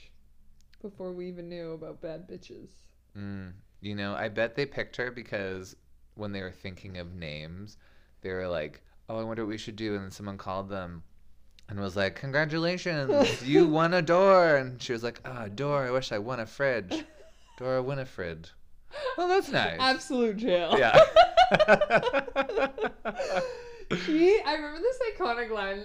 Speaker 2: Before we even knew about bad bitches.
Speaker 1: Mm. You know, I bet they picked her because when they were thinking of names, they were like, "Oh, I wonder what we should do," and then someone called them. And was like, congratulations, you
Speaker 2: *laughs*
Speaker 1: won a door. And she was like, ah, door, I wish I won a fridge. Dora Winifred. Well, that's nice.
Speaker 2: Absolute jail.
Speaker 1: Yeah.
Speaker 2: *laughs* she, I remember this iconic line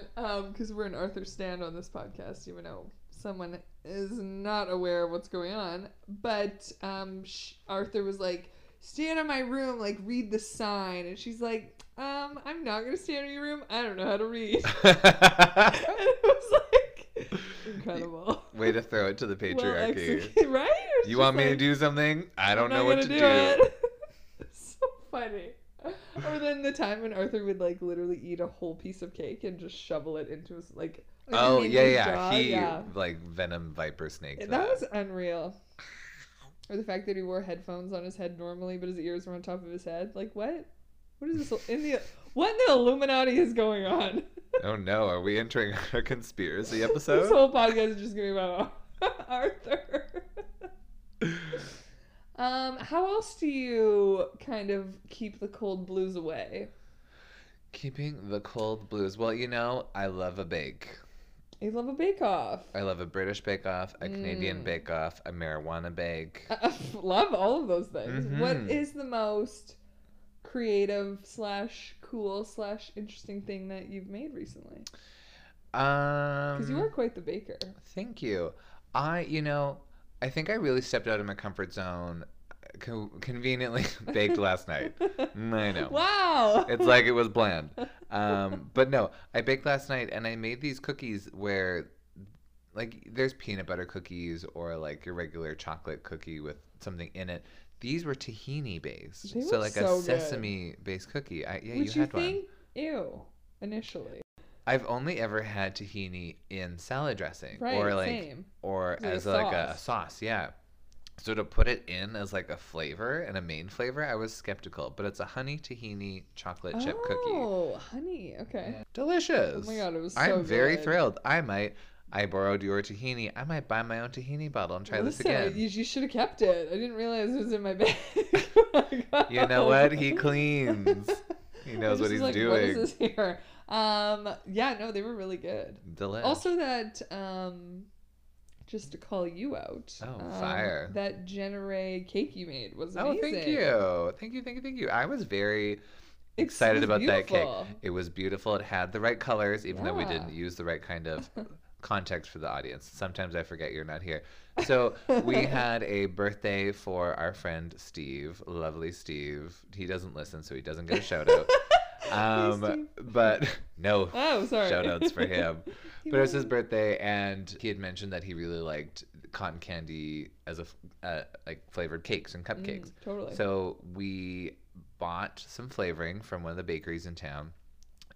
Speaker 2: because we're in Arthur Stand on this podcast, even though someone is not aware of what's going on. But um, sh- Arthur was like, "Stand on my room, like read the sign," and she's like, um, "I'm not gonna stand in your room. I don't know how to read." *laughs* and it was like
Speaker 1: *laughs*
Speaker 2: incredible.
Speaker 1: Way to throw it to the
Speaker 2: Well
Speaker 1: patriarchy. *laughs*
Speaker 2: executed, right? It's
Speaker 1: you
Speaker 2: just
Speaker 1: want me to
Speaker 2: like-
Speaker 1: do something? I don't
Speaker 2: I'm
Speaker 1: know
Speaker 2: not
Speaker 1: what to
Speaker 2: gonna
Speaker 1: do.
Speaker 2: it. *laughs*
Speaker 1: *laughs*
Speaker 2: so funny. Or then the time when Arthur would like literally eat a whole piece of cake and just shovel it into his like. like,
Speaker 1: Oh,
Speaker 2: into
Speaker 1: yeah,
Speaker 2: his
Speaker 1: yeah.
Speaker 2: jaw,
Speaker 1: He,
Speaker 2: yeah.
Speaker 1: like, venom viper snake.
Speaker 2: That was
Speaker 1: *laughs*
Speaker 2: unreal. Or the fact that he wore headphones on his head normally, but his ears were on top of his head. Like what? What is this in the? What in the Illuminati is going on?
Speaker 1: Oh no, are we entering *laughs* a
Speaker 2: *laughs*
Speaker 1: conspiracy
Speaker 2: This
Speaker 1: episode?
Speaker 2: whole podcast is just gonna be about *laughs*
Speaker 1: *laughs*
Speaker 2: Arthur. um, how else do you kind of keep the cold blues away?
Speaker 1: Keeping the cold blues. Well, you know, I love a bake.
Speaker 2: You love a bake off.
Speaker 1: I love a British bake off, a Canadian
Speaker 2: Mm.
Speaker 1: bake off, a marijuana bake.
Speaker 2: *laughs* I love all of those things. What
Speaker 1: Mhm.
Speaker 2: is the most creative slash cool slash interesting thing that you've made recently?
Speaker 1: Um
Speaker 2: Because Uh, you are quite the baker.
Speaker 1: Thank you. I, you know, I think I really stepped out of my comfort zone co- conveniently *laughs* baked
Speaker 2: *laughs*
Speaker 1: last night. Mm, I know.
Speaker 2: Wow.
Speaker 1: It's like it was bland. Um, but no, I baked last night and I made these cookies where, like, there's peanut butter cookies or like your regular chocolate cookie with something in it. These were tahini based,
Speaker 2: They
Speaker 1: so
Speaker 2: were
Speaker 1: like
Speaker 2: so
Speaker 1: a
Speaker 2: good.
Speaker 1: sesame based cookie. I, yeah,
Speaker 2: Would
Speaker 1: you
Speaker 2: you
Speaker 1: had one.
Speaker 2: think ew initially?
Speaker 1: I've only ever had tahini in salad dressing
Speaker 2: Right.
Speaker 1: or like
Speaker 2: same.
Speaker 1: or
Speaker 2: Is it a
Speaker 1: as like a
Speaker 2: sauce?
Speaker 1: sauce. Yeah. So to put it in as like a flavor and a main flavor, I was skeptical. But it's a honey tahini chocolate chip cookie.
Speaker 2: Oh, honey. Okay. Oh
Speaker 1: Delicious.
Speaker 2: my god, it was so
Speaker 1: I'm very
Speaker 2: good.
Speaker 1: thrilled. I might. I borrowed your tahini. I might buy my own tahini bottle and try this
Speaker 2: Listen,
Speaker 1: again.
Speaker 2: You, you should have kept it. I didn't realize it was in my bag. *laughs*
Speaker 1: *laughs*
Speaker 2: Oh
Speaker 1: You know what? He cleans. He knows
Speaker 2: I just was
Speaker 1: what he's
Speaker 2: like,
Speaker 1: doing.
Speaker 2: What is this here? Um, yeah, no, they were really good.
Speaker 1: Delish.
Speaker 2: Also, that um, just to call you out.
Speaker 1: Oh,
Speaker 2: um,
Speaker 1: fire.
Speaker 2: That Generay cake you made was
Speaker 1: oh,
Speaker 2: amazing.
Speaker 1: thank you, thank you, thank you, thank you. I was very
Speaker 2: It
Speaker 1: excited
Speaker 2: was
Speaker 1: about that cake.
Speaker 2: beautiful.
Speaker 1: It was beautiful. It had the right colors, even though we
Speaker 2: Yeah.
Speaker 1: didn't use the right
Speaker 2: *laughs*
Speaker 1: kind of context for the audience. Sometimes I forget you're not here. So we
Speaker 2: *laughs*
Speaker 1: had a birthday for our friend Steve, lovely Steve. He doesn't listen, so he doesn't get a
Speaker 2: *laughs*
Speaker 1: shout out. um, but no
Speaker 2: Oh, sorry.
Speaker 1: shout outs for him.
Speaker 2: *laughs* He
Speaker 1: but it was his
Speaker 2: won.
Speaker 1: birthday, and he had mentioned that he really liked cotton candy as a f- uh, like flavored cakes and
Speaker 2: Mm,
Speaker 1: cupcakes.
Speaker 2: totally.
Speaker 1: So we bought some flavoring from one of the bakeries in town,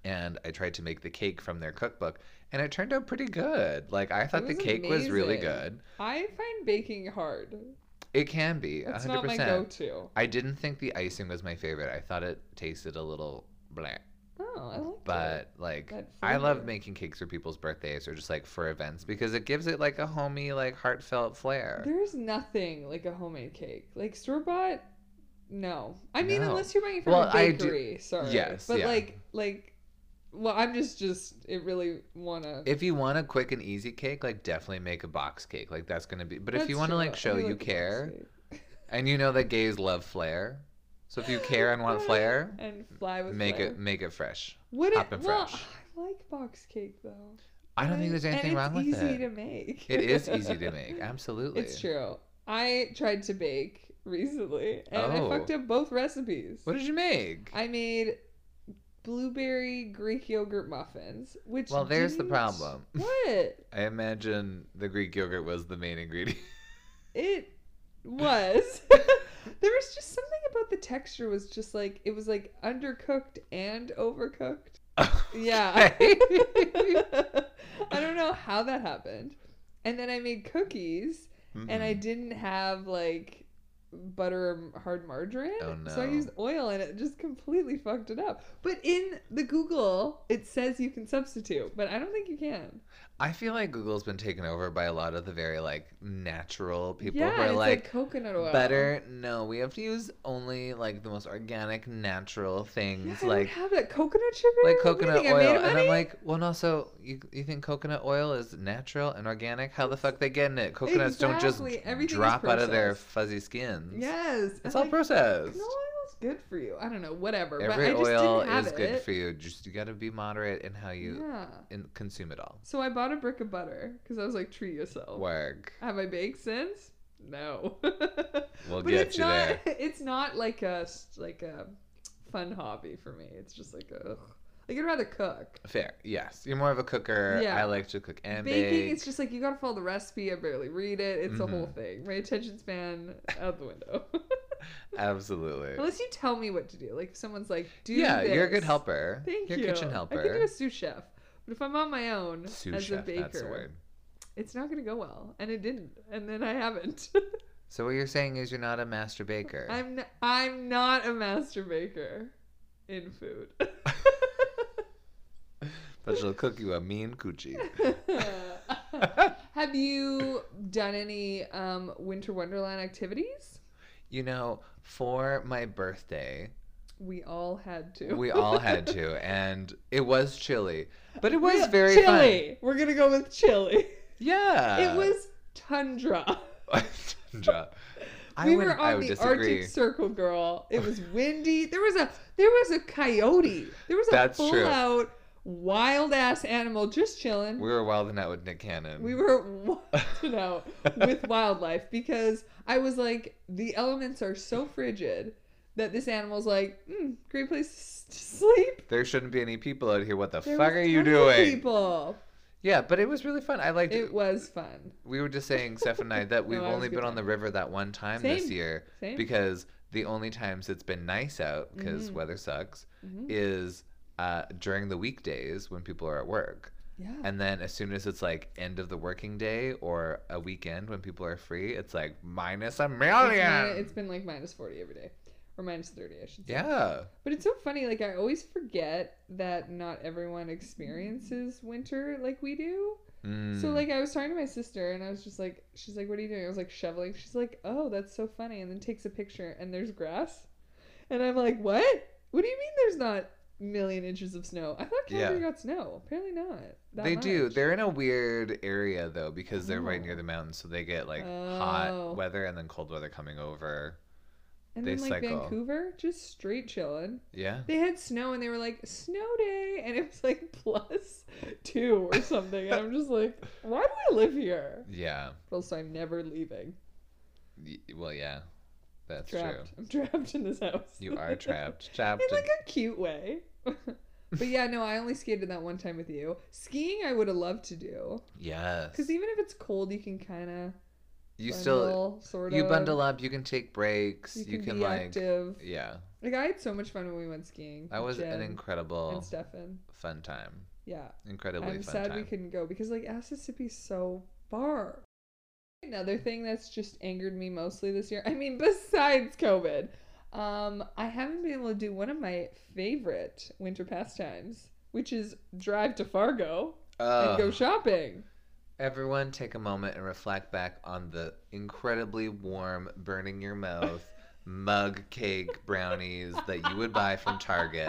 Speaker 1: and I tried to make the cake from their cookbook, and it turned out pretty good. Like I thought the
Speaker 2: was
Speaker 1: cake was really
Speaker 2: amazing.
Speaker 1: good.
Speaker 2: I find baking hard.
Speaker 1: It can be
Speaker 2: It's
Speaker 1: 100%.
Speaker 2: not my go-to.
Speaker 1: I didn't think the icing was my favorite. I thought it tasted a little bland.
Speaker 2: Oh, I like
Speaker 1: But like
Speaker 2: That
Speaker 1: I love
Speaker 2: flavor.
Speaker 1: making cakes for people's birthdays or just like for events because it gives it like a homey, like heartfelt flair.
Speaker 2: There's nothing like a homemade cake. Like store bought, No, I mean
Speaker 1: No.
Speaker 2: unless you're buying it from
Speaker 1: Well,
Speaker 2: a
Speaker 1: I do-
Speaker 2: bakery. Sorry,
Speaker 1: Yes,
Speaker 2: but
Speaker 1: yeah.
Speaker 2: like, like, well, I'm just, just, it really wanna.
Speaker 1: If you want a quick and easy cake, like definitely make a box cake. Like that's gonna be. But if
Speaker 2: That's
Speaker 1: you want to
Speaker 2: true.
Speaker 1: like
Speaker 2: I
Speaker 1: show
Speaker 2: do
Speaker 1: you
Speaker 2: like the box
Speaker 1: care,
Speaker 2: cake.
Speaker 1: and you know that gays love flair, so if you care and
Speaker 2: *laughs*
Speaker 1: want flair,
Speaker 2: and fly with
Speaker 1: make
Speaker 2: flair.
Speaker 1: it make it fresh.
Speaker 2: Would it,
Speaker 1: Pop and
Speaker 2: well,
Speaker 1: fresh.
Speaker 2: I like box cake though.
Speaker 1: I don't think there's
Speaker 2: And
Speaker 1: anything
Speaker 2: it's
Speaker 1: wrong with
Speaker 2: easy
Speaker 1: it.
Speaker 2: to make.
Speaker 1: *laughs* It is easy
Speaker 2: *laughs*
Speaker 1: to make. Absolutely.
Speaker 2: it's true. I tried to bake recently, and
Speaker 1: Oh.
Speaker 2: I fucked up both recipes.
Speaker 1: What did you make?
Speaker 2: I made blueberry Greek yogurt muffins, which
Speaker 1: well, there's the
Speaker 2: didn't-
Speaker 1: problem.
Speaker 2: What
Speaker 1: I imagine the Greek yogurt was the main ingredient.
Speaker 2: it
Speaker 1: *laughs*
Speaker 2: was. *laughs* there was just something about the texture was just like it was like undercooked and overcooked.
Speaker 1: *laughs*
Speaker 2: Yeah. *laughs*
Speaker 1: Okay.
Speaker 2: I don't know how that happened. And then I made cookies and I
Speaker 1: Mm-mm.
Speaker 2: didn't have like butter or hard margarine.
Speaker 1: Oh,
Speaker 2: So I
Speaker 1: no.
Speaker 2: used oil and it just completely fucked it up. But in the Google, it says you can substitute, but I don't think you can.
Speaker 1: *laughs* I feel like Google's been taken over by a lot of the very like natural people
Speaker 2: yeah,
Speaker 1: who
Speaker 2: and
Speaker 1: are
Speaker 2: it's
Speaker 1: like,
Speaker 2: coconut oil.
Speaker 1: butter. No, we have to use only like the most organic, natural
Speaker 2: Yeah,
Speaker 1: things
Speaker 2: I
Speaker 1: like
Speaker 2: like have that coconut sugar.
Speaker 1: like
Speaker 2: What do *laughs* you
Speaker 1: coconut
Speaker 2: think, I made
Speaker 1: oil.
Speaker 2: of
Speaker 1: And I'm
Speaker 2: money?
Speaker 1: like, well, and also you you think coconut oil is natural and organic? How the fuck they getting it? Coconuts don't
Speaker 2: Exactly,
Speaker 1: just
Speaker 2: everything is
Speaker 1: drop out of their
Speaker 2: processed.
Speaker 1: fuzzy skins.
Speaker 2: yes,
Speaker 1: "Mm, it's
Speaker 2: and,
Speaker 1: all
Speaker 2: like,
Speaker 1: processed.
Speaker 2: Coconut oil's good for you. I don't know, whatever.
Speaker 1: Every
Speaker 2: but I just
Speaker 1: oil
Speaker 2: didn't have
Speaker 1: is good
Speaker 2: it.
Speaker 1: for you. Just you got to be moderate in how you
Speaker 2: Yeah.
Speaker 1: in, consume it all.
Speaker 2: So I bought a brick of butter because I was like, treat yourself.
Speaker 1: Work.
Speaker 2: Have I baked since? No. *laughs* but
Speaker 1: We'll get
Speaker 2: it's
Speaker 1: you
Speaker 2: not.
Speaker 1: there.
Speaker 2: *laughs* It's not like a s- like a fun hobby for me. It's just like ugh. Like I'd rather cook.
Speaker 1: Fair. Yes, you're more of a cooker.
Speaker 2: Yeah.
Speaker 1: I like to cook and
Speaker 2: Baking,
Speaker 1: bake.
Speaker 2: it's just like you gotta follow the recipe. I barely read it. It's a whole
Speaker 1: Mhm.
Speaker 2: thing. My attention span out the window. *laughs*
Speaker 1: Absolutely.
Speaker 2: Unless you tell me what to do. Like if someone's like, do
Speaker 1: yeah, you're a good
Speaker 2: this.
Speaker 1: helper.
Speaker 2: Thank
Speaker 1: you're
Speaker 2: you.
Speaker 1: a kitchen helper.
Speaker 2: I can do a sous chef. But if I'm on my own
Speaker 1: Sous
Speaker 2: as
Speaker 1: chef,
Speaker 2: a baker,
Speaker 1: that's the word.
Speaker 2: it's not going to go well and it didn't and then i haven't
Speaker 1: So what you're saying is you're not a master baker.
Speaker 2: *laughs* i'm n- i'm not a master baker in
Speaker 1: *laughs*
Speaker 2: food *laughs*
Speaker 1: But she'll cook you a mean coochie.
Speaker 2: *laughs* have you done any um, winter wonderland activities
Speaker 1: *laughs* you know, for my birthday,
Speaker 2: we all had to *laughs*
Speaker 1: we all had to, and it was chilly, but it was
Speaker 2: Real-
Speaker 1: very fun. Uh,
Speaker 2: chilly we're gonna go with chilly
Speaker 1: Yeah,
Speaker 2: it was tundra
Speaker 1: *laughs*
Speaker 2: *laughs*
Speaker 1: Tundra. I
Speaker 2: we
Speaker 1: would,
Speaker 2: were on
Speaker 1: I would
Speaker 2: the
Speaker 1: disagree.
Speaker 2: Arctic Circle, girl. It
Speaker 1: *laughs*
Speaker 2: was windy. There was a there was a coyote. There was a
Speaker 1: That's true.
Speaker 2: full out wild ass animal just chilling.
Speaker 1: We were wilding out with Nick Cannon.
Speaker 2: We were wilding *laughs* out with wildlife because I was like, the elements are so frigid that this animal's like, mm, great place to s- to sleep.
Speaker 1: There shouldn't be any people out here. What the
Speaker 2: There
Speaker 1: fuck
Speaker 2: was
Speaker 1: are you
Speaker 2: tons of
Speaker 1: doing?
Speaker 2: People,
Speaker 1: Yeah, but it was really fun. I liked it.
Speaker 2: it was fun.
Speaker 1: We were just saying, Steph and
Speaker 2: *laughs*
Speaker 1: I, that we've
Speaker 2: was
Speaker 1: only
Speaker 2: good
Speaker 1: been on
Speaker 2: time.
Speaker 1: the river that one time this
Speaker 2: Same.
Speaker 1: year
Speaker 2: Same.
Speaker 1: because the only times it's been nice out because
Speaker 2: Mhm.
Speaker 1: weather sucks
Speaker 2: Mhm.
Speaker 1: is uh, during the weekdays when people are at work.
Speaker 2: yeah.
Speaker 1: And then as soon as it's like end of the working day or a weekend when people are free, it's like minus a
Speaker 2: It's
Speaker 1: million.
Speaker 2: min- it's been like minus forty every day, or minus thirty, I should say.
Speaker 1: yeah.
Speaker 2: But it's so funny. Like I always forget that not everyone experiences winter like we do. So
Speaker 1: Mm.
Speaker 2: like I was talking to my sister and I was just like, she's like, "What are you doing?" I was like, "Shoveling." She's like, "Oh, that's so funny." And then takes a picture and there's grass, and I'm like, "What? What do you mean there's not million inches of snow? I thought
Speaker 1: Yeah.
Speaker 2: Calgary got snow. Apparently not. that
Speaker 1: they do.
Speaker 2: much."
Speaker 1: They're in a weird area though because they're right near
Speaker 2: Oh.
Speaker 1: the mountains, so they get like
Speaker 2: Oh.
Speaker 1: hot weather and then cold weather coming over.
Speaker 2: and
Speaker 1: they
Speaker 2: then like
Speaker 1: cycle.
Speaker 2: Vancouver, just straight chilling.
Speaker 1: Yeah.
Speaker 2: They had snow and they were like snow day, and it was like *laughs* plus two or something. and I'm just like, why do I live here?
Speaker 1: Yeah.
Speaker 2: But also, I'm never leaving.
Speaker 1: Y- well, yeah, that's true.
Speaker 2: trapped. I'm trapped in this house.
Speaker 1: You are
Speaker 2: *laughs*
Speaker 1: trapped.
Speaker 2: in
Speaker 1: Trapped. in-
Speaker 2: like a cute way. *laughs* but yeah, no, I only skated that one time with you. Skiing, I would have loved to do
Speaker 1: yes.
Speaker 2: because even if it's cold, you can kind of
Speaker 1: You still
Speaker 2: sort
Speaker 1: you
Speaker 2: of.
Speaker 1: bundle up. You can take breaks.
Speaker 2: You
Speaker 1: You
Speaker 2: can,
Speaker 1: can,
Speaker 2: be
Speaker 1: like
Speaker 2: active.
Speaker 1: yeah.
Speaker 2: Like I had so much fun when we went skiing.
Speaker 1: That
Speaker 2: with
Speaker 1: was an
Speaker 2: Jen
Speaker 1: incredible
Speaker 2: and Stefan.
Speaker 1: fun time.
Speaker 2: Yeah,
Speaker 1: Incredibly
Speaker 2: I'm
Speaker 1: fun
Speaker 2: sad
Speaker 1: time.
Speaker 2: we couldn't go because like Mississippi's so far. Another thing that's just angered me mostly this year. I mean, *laughs* besides COVID, um, I haven't been able to do one of my favorite winter pastimes, which is drive to Fargo and
Speaker 1: Ugh.
Speaker 2: go shopping. *laughs*
Speaker 1: Everyone, take a moment and reflect back on the incredibly warm, burning your mouth mug cake brownies that you would buy from Target.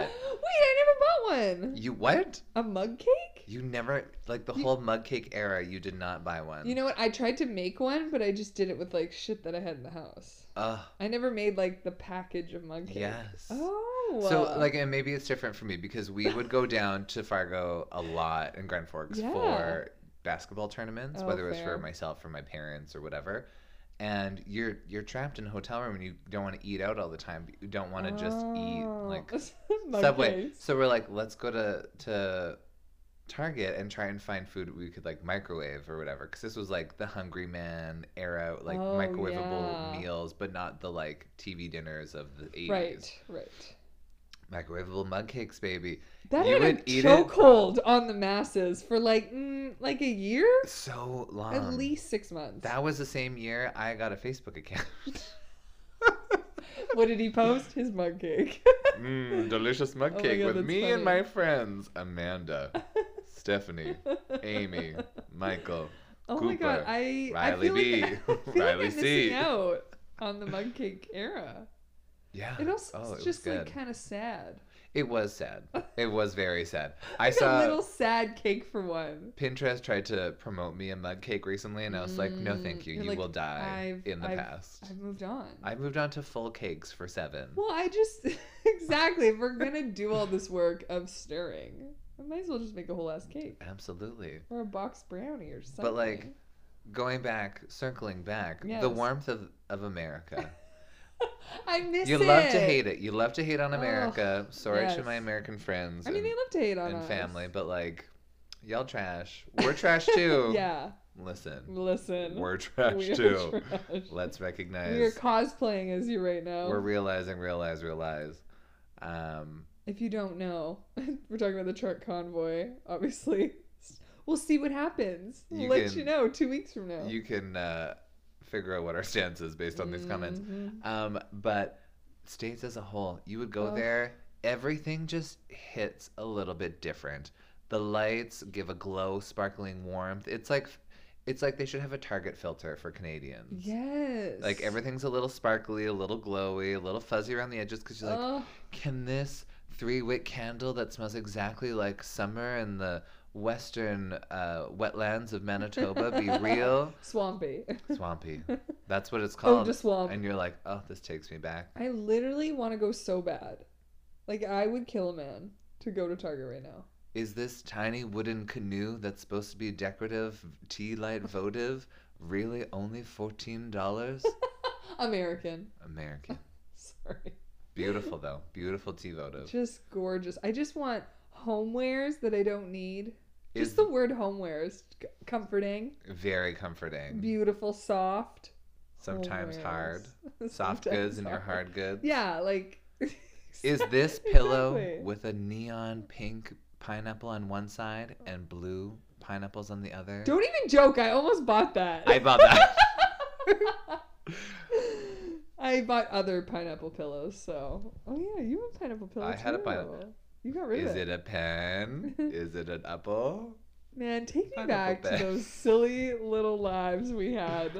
Speaker 2: *gasps* Wait, I never bought one.
Speaker 1: You what?
Speaker 2: A mug cake?
Speaker 1: You never like the
Speaker 2: You-
Speaker 1: whole mug cake era. You did not buy one.
Speaker 2: You know what? I tried to make one, but I just did it with like shit that I had in the house.
Speaker 1: Ugh,
Speaker 2: I never made like the package of mug cake.
Speaker 1: yes.
Speaker 2: Oh.
Speaker 1: So like, and maybe it's different for me because we would go down to Fargo a lot in Grand Forks
Speaker 2: Yeah.
Speaker 1: for basketball tournaments,
Speaker 2: Oh,
Speaker 1: whether it was
Speaker 2: fair.
Speaker 1: for myself or my parents or whatever. And you're you're trapped in a hotel room and you don't want to eat out all the time. But you don't want to just eat
Speaker 2: Oh. *laughs*
Speaker 1: like
Speaker 2: Mug
Speaker 1: Subway.
Speaker 2: cakes.
Speaker 1: So we're like, let's go to to Target and try and find food we could like microwave or whatever. Because this was like the Hungry Man era, like
Speaker 2: Oh,
Speaker 1: microwavable
Speaker 2: yeah.
Speaker 1: meals, but not the like TV dinners of the 80s.
Speaker 2: Right, right.
Speaker 1: Microwavable mug cakes, baby.
Speaker 2: That
Speaker 1: You
Speaker 2: had
Speaker 1: would
Speaker 2: a
Speaker 1: eat it-
Speaker 2: chokehold on the masses for like mm, like a year,
Speaker 1: So long.
Speaker 2: at least six months.
Speaker 1: Um,
Speaker 2: *laughs*
Speaker 1: That was the same year I got a Facebook account.
Speaker 2: What did he post? His mug cake. *laughs*
Speaker 1: mm, delicious mug
Speaker 2: Oh my
Speaker 1: cake
Speaker 2: God,
Speaker 1: with
Speaker 2: that's
Speaker 1: me and
Speaker 2: funny.
Speaker 1: my friends
Speaker 2: *laughs*
Speaker 1: Amanda, Stephanie, Amy, Michael,
Speaker 2: Oh my god,
Speaker 1: Cooper,
Speaker 2: I I
Speaker 1: Riley
Speaker 2: feel
Speaker 1: B, *laughs*
Speaker 2: like, I feel
Speaker 1: Riley
Speaker 2: like I'm
Speaker 1: C.
Speaker 2: missing out on the mug cake era.
Speaker 1: Yeah.
Speaker 2: It also
Speaker 1: oh,
Speaker 2: it's
Speaker 1: was
Speaker 2: just
Speaker 1: good.
Speaker 2: like kind of sad.
Speaker 1: It was
Speaker 2: *laughs*
Speaker 1: sad. It was very sad. I
Speaker 2: Like *laughs* a
Speaker 1: saw
Speaker 2: little sad cake for one.
Speaker 1: Pinterest tried to promote me a mug cake recently, and I was like, no, thank
Speaker 2: Mm,
Speaker 1: you.
Speaker 2: you're
Speaker 1: You
Speaker 2: like,
Speaker 1: will die
Speaker 2: "I've-
Speaker 1: in the
Speaker 2: I've-
Speaker 1: past.
Speaker 2: I've moved on.
Speaker 1: I moved on to full cakes for seven.
Speaker 2: Well, I just *laughs* exactly. If we're gonna do all this work of stirring, I might as well just make a whole ass cake
Speaker 1: Absolutely.
Speaker 2: or a box brownie or something.
Speaker 1: But, like, Going back, circling back,
Speaker 2: Yes.
Speaker 1: the warmth of,
Speaker 2: *laughs*
Speaker 1: of America.
Speaker 2: I miss
Speaker 1: you
Speaker 2: it.
Speaker 1: love to hate it. You love to hate on
Speaker 2: Oh,
Speaker 1: America. Sorry to
Speaker 2: yes.
Speaker 1: my American friends
Speaker 2: I mean, they
Speaker 1: and,
Speaker 2: love to hate on
Speaker 1: and
Speaker 2: us.
Speaker 1: family, but like, y'all trash. We're
Speaker 2: *laughs*
Speaker 1: trash too.
Speaker 2: yeah,
Speaker 1: Listen,
Speaker 2: listen.
Speaker 1: we're trash
Speaker 2: *laughs* we are
Speaker 1: too.
Speaker 2: trash.
Speaker 1: Let's recognize
Speaker 2: We are cosplaying as you right now.
Speaker 1: We're realizing, realize, realize. Um,
Speaker 2: if you don't know, *laughs* we're talking about the truck convoy. Obviously, *laughs* we'll see what happens. We'll
Speaker 1: You
Speaker 2: let
Speaker 1: can-
Speaker 2: you know two weeks from now.
Speaker 1: you can uh, figure out what our *laughs* stance is based on these comments.
Speaker 2: Mhm.
Speaker 1: Um, but states as a whole, you would go
Speaker 2: Ugh.
Speaker 1: there. Everything just hits a little bit different. The lights give a glow, sparkling warmth. It's like, it's like they should have a Target filter for Canadians.
Speaker 2: Yes.
Speaker 1: Like everything's a little sparkly, a little glowy, a little fuzzy around the edges because you're like,
Speaker 2: Ugh.
Speaker 1: can this three wick candle that smells exactly like summer in the western uh, wetlands of
Speaker 2: *laughs*
Speaker 1: Manitoba be real?
Speaker 2: Swampy. *laughs*
Speaker 1: Swampy. That's what it's
Speaker 2: Oh,
Speaker 1: called.
Speaker 2: to swamp.
Speaker 1: and you're like, oh, this takes me back.
Speaker 2: I literally want to go so bad. Like I would kill a man to go to Target right now. *laughs*
Speaker 1: Is this tiny wooden canoe that's supposed to be decorative, tea light votive, really only $14?
Speaker 2: American.
Speaker 1: American.
Speaker 2: Sorry.
Speaker 1: Beautiful, though. Beautiful tea votive.
Speaker 2: Just gorgeous. I just want homewares that I don't need.
Speaker 1: Is
Speaker 2: Just the word homewares. C- Comforting,
Speaker 1: very comforting.
Speaker 2: beautiful, soft.
Speaker 1: Sometimes
Speaker 2: homewares. *laughs*
Speaker 1: hard. Soft
Speaker 2: Sometimes
Speaker 1: goods and your
Speaker 2: hard.
Speaker 1: hard goods.
Speaker 2: Yeah, like. *laughs*
Speaker 1: Is this pillow
Speaker 2: Exactly.
Speaker 1: with a neon pink pineapple on one side and blue pineapples on the other?
Speaker 2: Don't even joke. I almost bought that.
Speaker 1: I bought that.
Speaker 2: *laughs* I bought other pineapple pillows, so oh yeah, you have a pineapple pillow.
Speaker 1: I had a
Speaker 2: too.
Speaker 1: pineapple.
Speaker 2: You got rid
Speaker 1: Is
Speaker 2: of it.
Speaker 1: it
Speaker 2: *laughs*
Speaker 1: a pen? Is it an apple?
Speaker 2: Man, take me
Speaker 1: Pineapple
Speaker 2: back to
Speaker 1: bed.
Speaker 2: those silly little lives we had.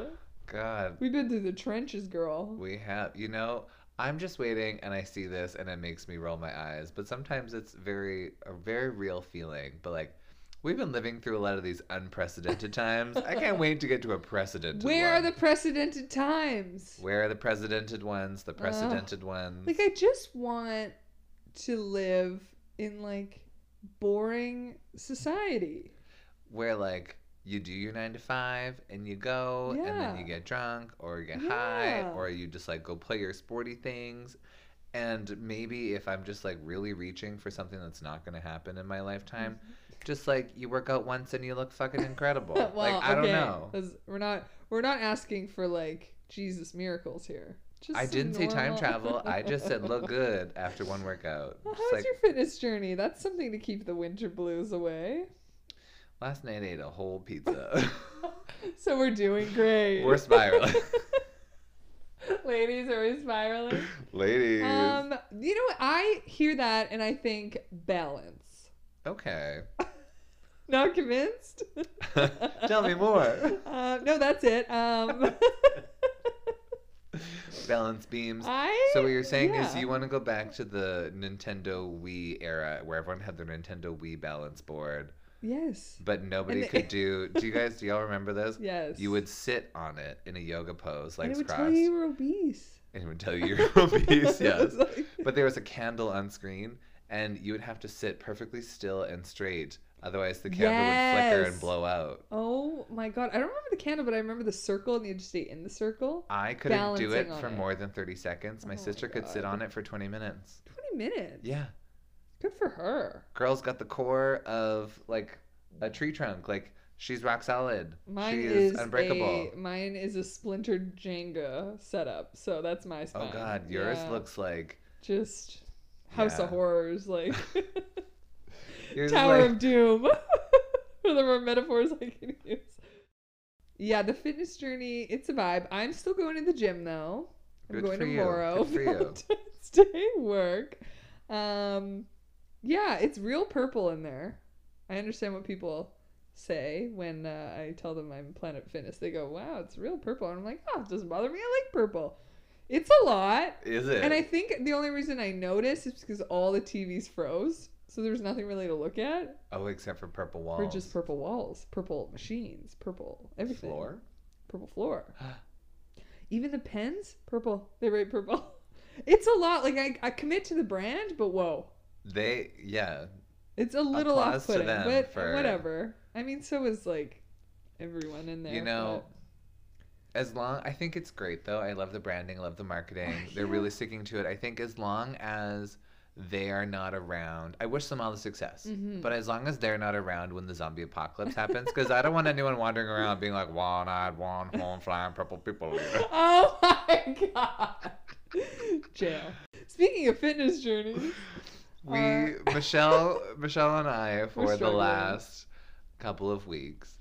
Speaker 1: God,
Speaker 2: We've been through the trenches, girl.
Speaker 1: we have. You know, I'm just waiting, and I see this, and it makes me roll my eyes. But sometimes it's very a very real feeling. But like. We've been living through a lot of these unprecedented times. I can't wait to get to a precedented
Speaker 2: Where are
Speaker 1: one.
Speaker 2: the precedented times?
Speaker 1: Where are the precedented ones? The precedented ones.
Speaker 2: Like I just want to live in like boring society.
Speaker 1: where like you do your nine to five and you go and then
Speaker 2: Yeah.
Speaker 1: you get drunk or you get high
Speaker 2: Yeah.
Speaker 1: or you just like go play your sporty things and maybe if i'm just like really reaching for something that's not going to happen in my lifetime just like you work out once and you look fucking
Speaker 2: *laughs*
Speaker 1: incredible
Speaker 2: well,
Speaker 1: like i
Speaker 2: okay,
Speaker 1: don't know
Speaker 2: 'cause We're not we're not asking for like Jesus miracles here. Just
Speaker 1: i
Speaker 2: some
Speaker 1: didn't say time
Speaker 2: normal-
Speaker 1: travel i just said
Speaker 2: *laughs*
Speaker 1: look good after one workout
Speaker 2: Well,
Speaker 1: Just
Speaker 2: how's
Speaker 1: like
Speaker 2: your fitness journey? That's something to keep the winter blues away.
Speaker 1: last night i ate a
Speaker 2: *laughs*
Speaker 1: whole pizza
Speaker 2: So we're doing great. *laughs*
Speaker 1: We're spiraling.
Speaker 2: Ladies, are we
Speaker 1: *laughs*
Speaker 2: spiraling?
Speaker 1: ladies
Speaker 2: Um, you know what? I hear that and I think balance. *laughs*
Speaker 1: okay
Speaker 2: Not convinced?
Speaker 1: *laughs*
Speaker 2: *laughs*
Speaker 1: tell me more *laughs*
Speaker 2: Uh, no, that's it. Um,
Speaker 1: balance beams.
Speaker 2: *laughs* I
Speaker 1: so what you're saying is
Speaker 2: yeah.
Speaker 1: you want to go back to the Nintendo Wii era where everyone had their Nintendo Wii balance board,
Speaker 2: yes
Speaker 1: but nobody
Speaker 2: they-
Speaker 1: could do. Do you guys? Do y'all remember those?
Speaker 2: *laughs* yes
Speaker 1: You would sit on it in a yoga pose,
Speaker 2: and it
Speaker 1: legs
Speaker 2: would
Speaker 1: crossed,
Speaker 2: tell you you were
Speaker 1: *laughs*
Speaker 2: obese. *laughs*
Speaker 1: and it would tell you your obese. Yes,
Speaker 2: It's like-
Speaker 1: *laughs* but there was a candle on screen, and you would have to sit perfectly still and straight. Otherwise, the candle would flicker
Speaker 2: Yes.
Speaker 1: and blow out.
Speaker 2: oh my god! I don't remember the candle, but I remember the circle, and you had to stay in the circle.
Speaker 1: I couldn't do it
Speaker 2: Balancing on
Speaker 1: for
Speaker 2: it.
Speaker 1: more than 30 seconds. My
Speaker 2: Oh my
Speaker 1: sister could sit
Speaker 2: God.
Speaker 1: on it for 20 minutes.
Speaker 2: Twenty minutes.
Speaker 1: Yeah.
Speaker 2: Good for her.
Speaker 1: Girl's got the core of like a tree trunk. Like she's rock solid.
Speaker 2: Mine
Speaker 1: she
Speaker 2: is,
Speaker 1: is, unbreakable.
Speaker 2: A, mine is a splintered Jenga setup, so that's my spine.
Speaker 1: Oh god, yours
Speaker 2: Yeah.
Speaker 1: looks like
Speaker 2: just House
Speaker 1: Yeah.
Speaker 2: of Horrors,
Speaker 1: *laughs*
Speaker 2: like *laughs*
Speaker 1: yours is
Speaker 2: Tower
Speaker 1: like-
Speaker 2: of Doom. *laughs* there were metaphors I can use. Yeah, the fitness journey, it's a vibe. I'm still going to the gym though. I'm
Speaker 1: Good
Speaker 2: going
Speaker 1: for you.
Speaker 2: tomorrow. *laughs*
Speaker 1: Good for you.
Speaker 2: Valentine's Day work. Um yeah, it's real purple in there. I understand what people say when uh, I tell them I'm Planet Fitness. They go, "Wow, it's real purple." And I'm like, "Oh, it doesn't bother me. I like purple." It's a lot.
Speaker 1: is it?
Speaker 2: And I think the only reason I noticed is because all the TVs froze, so there was nothing really to look at.
Speaker 1: oh, except for purple walls.
Speaker 2: Or just purple walls, purple machines, purple everything.
Speaker 1: floor?
Speaker 2: Purple floor.
Speaker 1: *gasps*
Speaker 2: Even the pens, purple. They write purple. *laughs* It's a lot. Like I, I commit to the brand, but whoa,
Speaker 1: They yeah.
Speaker 2: it's a little
Speaker 1: Applause
Speaker 2: off
Speaker 1: to
Speaker 2: putting.
Speaker 1: them
Speaker 2: But
Speaker 1: for-
Speaker 2: whatever. I mean, so is like everyone in there.
Speaker 1: You know, As long I think it's great though. I love the branding, I love the marketing. They're
Speaker 2: Oh, Yeah.
Speaker 1: really sticking to it. I think as long as they are not around, I wish them all the success.
Speaker 2: Mhm. *laughs*
Speaker 1: But *laughs* as long as they're not around when the zombie apocalypse happens, because I don't want anyone wandering around being like one-eyed, one horn, flying purple people.
Speaker 2: but- oh my god. *laughs* Jail. Speaking of fitness journeys,
Speaker 1: We
Speaker 2: Uh,
Speaker 1: Michelle, Michelle
Speaker 2: *laughs*
Speaker 1: and I for the
Speaker 2: struggling.
Speaker 1: last couple of weeks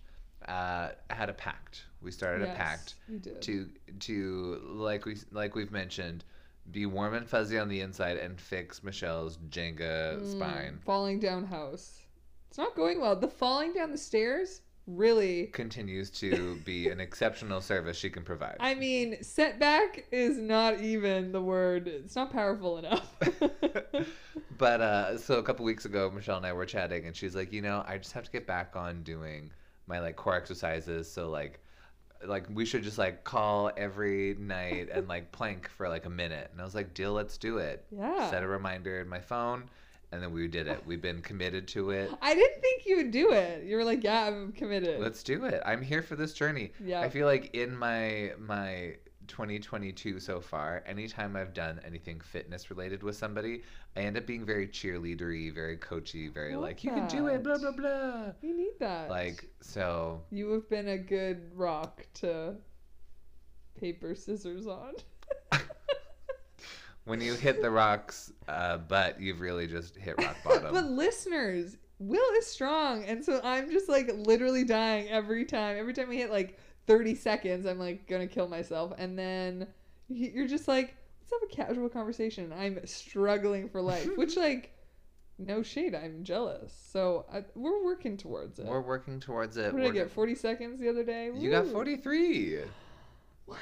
Speaker 1: uh, had a pact. We started a
Speaker 2: yes,
Speaker 1: pact
Speaker 2: we did.
Speaker 1: to to like we like we've mentioned be warm and fuzzy on the inside and fix Michelle's Jenga
Speaker 2: Mm,
Speaker 1: spine.
Speaker 2: Falling down house. It's not going well. The falling down the stairs, really.
Speaker 1: Continues to
Speaker 2: *laughs*
Speaker 1: be an exceptional service she can provide.
Speaker 2: I mean, setback is not even the word. It's not powerful
Speaker 1: *laughs*
Speaker 2: enough.
Speaker 1: but uh, so a couple weeks ago, Michelle and I were chatting, and she's like, you know, I just have to get back on doing my like core exercises. So like, like we should just like call every night
Speaker 2: *laughs*
Speaker 1: and like plank for like a minute. And I was like, deal, let's do it. Set
Speaker 2: yeah.
Speaker 1: a reminder in my phone, and then we did it. We've been committed to it.
Speaker 2: I didn't think you would do it. You were like, yeah, I'm committed.
Speaker 1: Let's do it. I'm here for this journey.
Speaker 2: yeah.
Speaker 1: I feel like in my my 2022 so far, anytime I've done anything fitness related with somebody, I end up being very cheerleadery, very coachy, very
Speaker 2: Love
Speaker 1: like you can do it, blah blah blah.
Speaker 2: you need that.
Speaker 1: Like so,
Speaker 2: you have been a good rock to paper scissors on.
Speaker 1: when you hit the rocks, uh, but you've really just hit
Speaker 2: *laughs*
Speaker 1: rock bottom.
Speaker 2: but listeners, Will is strong, and so I'm just like literally dying every time. Every time we hit like 30 seconds, I'm like gonna kill myself, and then y- you're just like, let's have a casual conversation. I'm struggling for
Speaker 1: *laughs*
Speaker 2: life, which like, no shade, I'm jealous. So I, we're working towards it.
Speaker 1: We're working towards it.
Speaker 2: what did I
Speaker 1: We're-
Speaker 2: get? 40 seconds the other day.
Speaker 1: You got
Speaker 2: Woo.
Speaker 1: 43,
Speaker 2: What?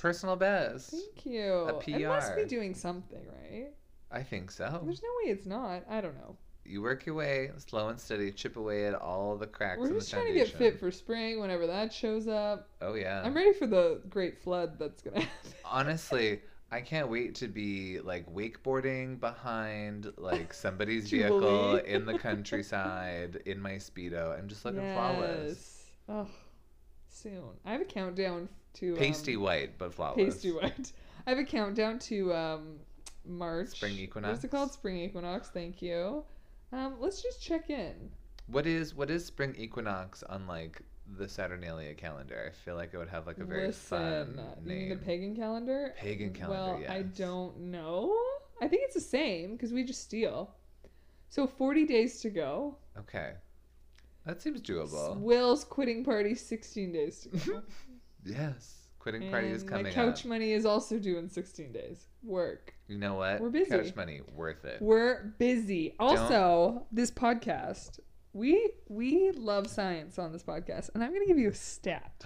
Speaker 1: personal best.
Speaker 2: Thank you.
Speaker 1: A
Speaker 2: I must be
Speaker 1: PR.
Speaker 2: doing something right.
Speaker 1: I think so.
Speaker 2: There's no way it's not. I don't know.
Speaker 1: You work your way slow and steady, chip away at all the cracks
Speaker 2: We're
Speaker 1: in
Speaker 2: just
Speaker 1: the
Speaker 2: trying to
Speaker 1: foundation.
Speaker 2: get fit for spring whenever that shows up.
Speaker 1: Oh yeah.
Speaker 2: I'm ready for the great flood that's gonna *laughs* happen.
Speaker 1: Honestly, I can't wait to be like wakeboarding behind
Speaker 2: *laughs*
Speaker 1: like somebody's
Speaker 2: Jubilee.
Speaker 1: vehicle
Speaker 2: *laughs*
Speaker 1: in the countryside in my speedo. I'm just looking flawless.
Speaker 2: Oh, soon. I have a countdown to um,
Speaker 1: Pasty white, but flawless.
Speaker 2: pasty white. *laughs* I have a countdown to um, March.
Speaker 1: Spring
Speaker 2: What's
Speaker 1: equinox.
Speaker 2: it called? Spring equinox. Thank you. Um, let's just check in.
Speaker 1: What is what is spring equinox on like the Saturnalia calendar? I feel like it would have like a very
Speaker 2: Listen, uh,
Speaker 1: fun
Speaker 2: you mean
Speaker 1: name.
Speaker 2: the pagan calendar.
Speaker 1: Pagan
Speaker 2: Well,
Speaker 1: calendar,
Speaker 2: I
Speaker 1: yes.
Speaker 2: don't know. I think it's the same because we just steal. So 40 days to go.
Speaker 1: okay. That seems doable.
Speaker 2: Will's quitting party 16 days to
Speaker 1: *laughs*
Speaker 2: go.
Speaker 1: yes. Quitting party is
Speaker 2: And My
Speaker 1: coming up.
Speaker 2: couch money is also due in 16 days. Work.
Speaker 1: You know what?
Speaker 2: We're busy.
Speaker 1: Couch money, worth it.
Speaker 2: We're busy. Also, this podcast. We we love science on this podcast, and I'm going to give you a stat.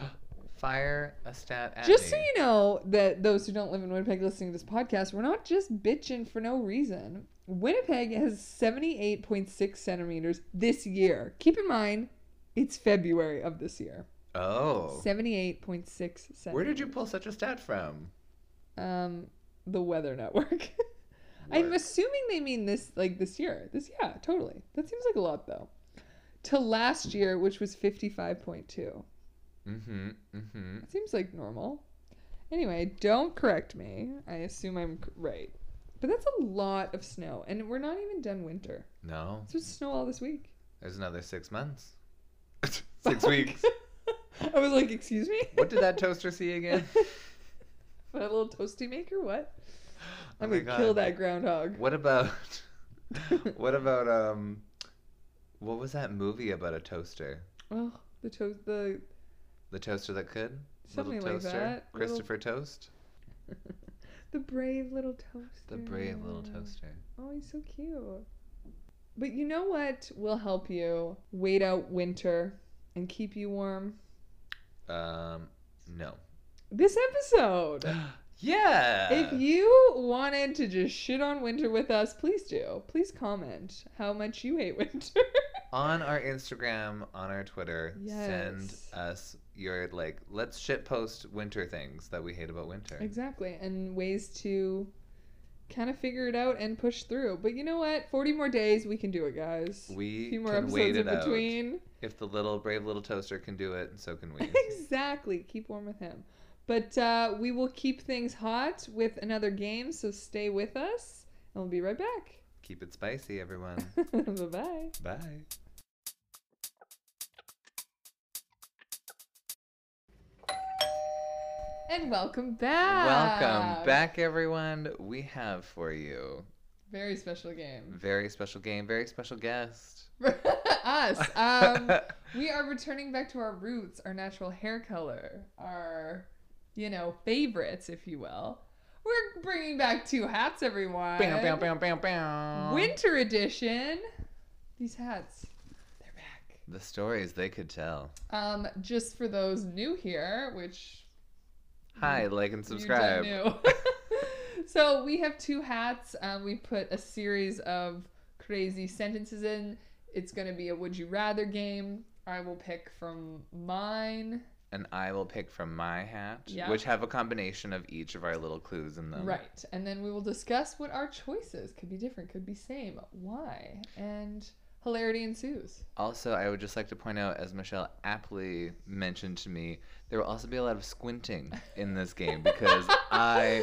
Speaker 1: fire a stat at
Speaker 2: Just
Speaker 1: me.
Speaker 2: so you know that those who don't live in Winnipeg listening to this podcast, we're not just bitching for no reason. Winnipeg has 78.6 centimeters this year. Keep in mind, it's February of this year.
Speaker 1: Oh.
Speaker 2: 78.6 centimeters.
Speaker 1: Where did you pull such a stat from?
Speaker 2: Um, the Weather Network. *laughs* I'm
Speaker 1: Work.
Speaker 2: assuming they mean this like this year. This yeah, totally. That seems like a lot though. To last year, which was 55.2.
Speaker 1: Mm-hmm. Mm-hmm.
Speaker 2: It seems like normal. Anyway, don't correct me. I assume I'm c- right. But that's a lot of snow, and we're not even done winter.
Speaker 1: No.
Speaker 2: It's just snow all this week.
Speaker 1: There's another six months. *laughs*
Speaker 2: *laughs*
Speaker 1: six weeks.
Speaker 2: I was like, excuse me? *laughs*
Speaker 1: What did that toaster see again?
Speaker 2: My little toasty maker? What? I'm
Speaker 1: Oh my
Speaker 2: gonna kill
Speaker 1: God.
Speaker 2: that groundhog. *laughs*
Speaker 1: What about what about um what was that movie about a toaster?
Speaker 2: Oh, the toast, the
Speaker 1: The toaster that could?
Speaker 2: Something like that. Little-
Speaker 1: Christopher Toast?
Speaker 2: the brave little toaster.
Speaker 1: The brave little toaster.
Speaker 2: Oh, he's so cute. But you know what will help you wait out winter and keep you warm?
Speaker 1: Um
Speaker 2: *gasps*
Speaker 1: no.
Speaker 2: This episode.
Speaker 1: yeah.
Speaker 2: If you wanted to just shit on winter with us, please do. Please comment how much you hate
Speaker 1: *laughs*
Speaker 2: winter.
Speaker 1: on our Instagram, on our Twitter, send
Speaker 2: Yes.
Speaker 1: us your like let's shit post winter things that we hate about winter.
Speaker 2: exactly. And ways to kind of figure it out and push through. But you know what? 40 more days, we can do it, guys.
Speaker 1: We
Speaker 2: a few more
Speaker 1: can wait
Speaker 2: episodes in
Speaker 1: it out.
Speaker 2: between.
Speaker 1: If the little brave little toaster can do it,
Speaker 2: *laughs*
Speaker 1: so can we.
Speaker 2: exactly. Keep warm with him. But uh, we will keep things hot with another game, so stay with us and we'll be right back. *laughs*
Speaker 1: Keep it spicy, everyone.
Speaker 2: bye bye.
Speaker 1: Bye.
Speaker 2: And welcome back.
Speaker 1: Welcome back, everyone. We have for you
Speaker 2: Very special game. *laughs*
Speaker 1: very special game, very special guest.
Speaker 2: Us.
Speaker 1: *laughs*
Speaker 2: Um, We are returning back to our roots, our natural hair color, our, you know, favorites, if you will. We're bringing back two hats, everyone.
Speaker 1: Bam, bam, bam, bam, bam.
Speaker 2: Winter edition. These hats, they're back.
Speaker 1: The stories they could tell.
Speaker 2: Um, just for those new here, which
Speaker 1: Hi, like and
Speaker 2: you don't
Speaker 1: subscribe.
Speaker 2: know. *laughs* so we have two hats. Um, we put a series of crazy sentences in. It's going to be a would you rather game. I will pick from mine.
Speaker 1: And I will pick from my hat,
Speaker 2: Yeah.
Speaker 1: which have a combination of each of our little clues in them.
Speaker 2: Right. And then we will discuss what our choices could be different, could be same, why, and hilarity ensues.
Speaker 1: Also, I would just like to point out, as Michelle aptly mentioned to me, there will also be a lot of squinting in
Speaker 2: *laughs*
Speaker 1: this game because I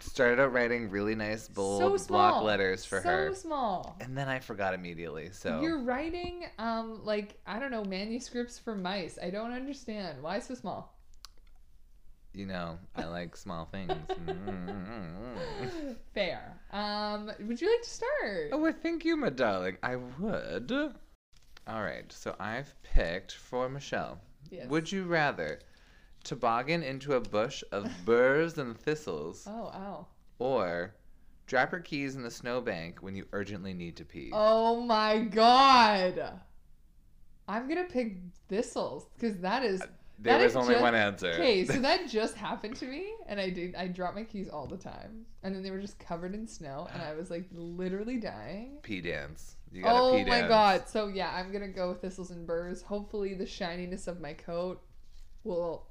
Speaker 1: started out writing really nice, bold block letters for
Speaker 2: so
Speaker 1: her.
Speaker 2: So small.
Speaker 1: And then I forgot immediately. So
Speaker 2: You're writing um like I don't know manuscripts for mice. I don't understand why so
Speaker 1: *laughs*
Speaker 2: small.
Speaker 1: you know, I like small
Speaker 2: *laughs*
Speaker 1: things. Mm.
Speaker 2: Fair. Um, would you like to start?
Speaker 1: oh, well, thank you, my darling. I would. All right. So I've picked for Michelle.
Speaker 2: Yes.
Speaker 1: Would you rather toboggan into a bush
Speaker 2: *laughs*
Speaker 1: of burrs and thistles,
Speaker 2: Oh ow.
Speaker 1: or drop your keys in the snowbank when you urgently need to pee?
Speaker 2: Oh my god. I'm gonna pick thistles because that is
Speaker 1: there
Speaker 2: that
Speaker 1: was
Speaker 2: is
Speaker 1: only
Speaker 2: just-
Speaker 1: one answer.
Speaker 2: Okay,
Speaker 1: *laughs*
Speaker 2: so that just happened to me, and I did. I dropped my keys all the time, and then they were just covered in snow, and I was like literally dying.
Speaker 1: pee dance. You gotta
Speaker 2: Oh
Speaker 1: pee
Speaker 2: my
Speaker 1: dance.
Speaker 2: god! So yeah, I'm gonna go with thistles and burrs. Hopefully, the shininess of my coat will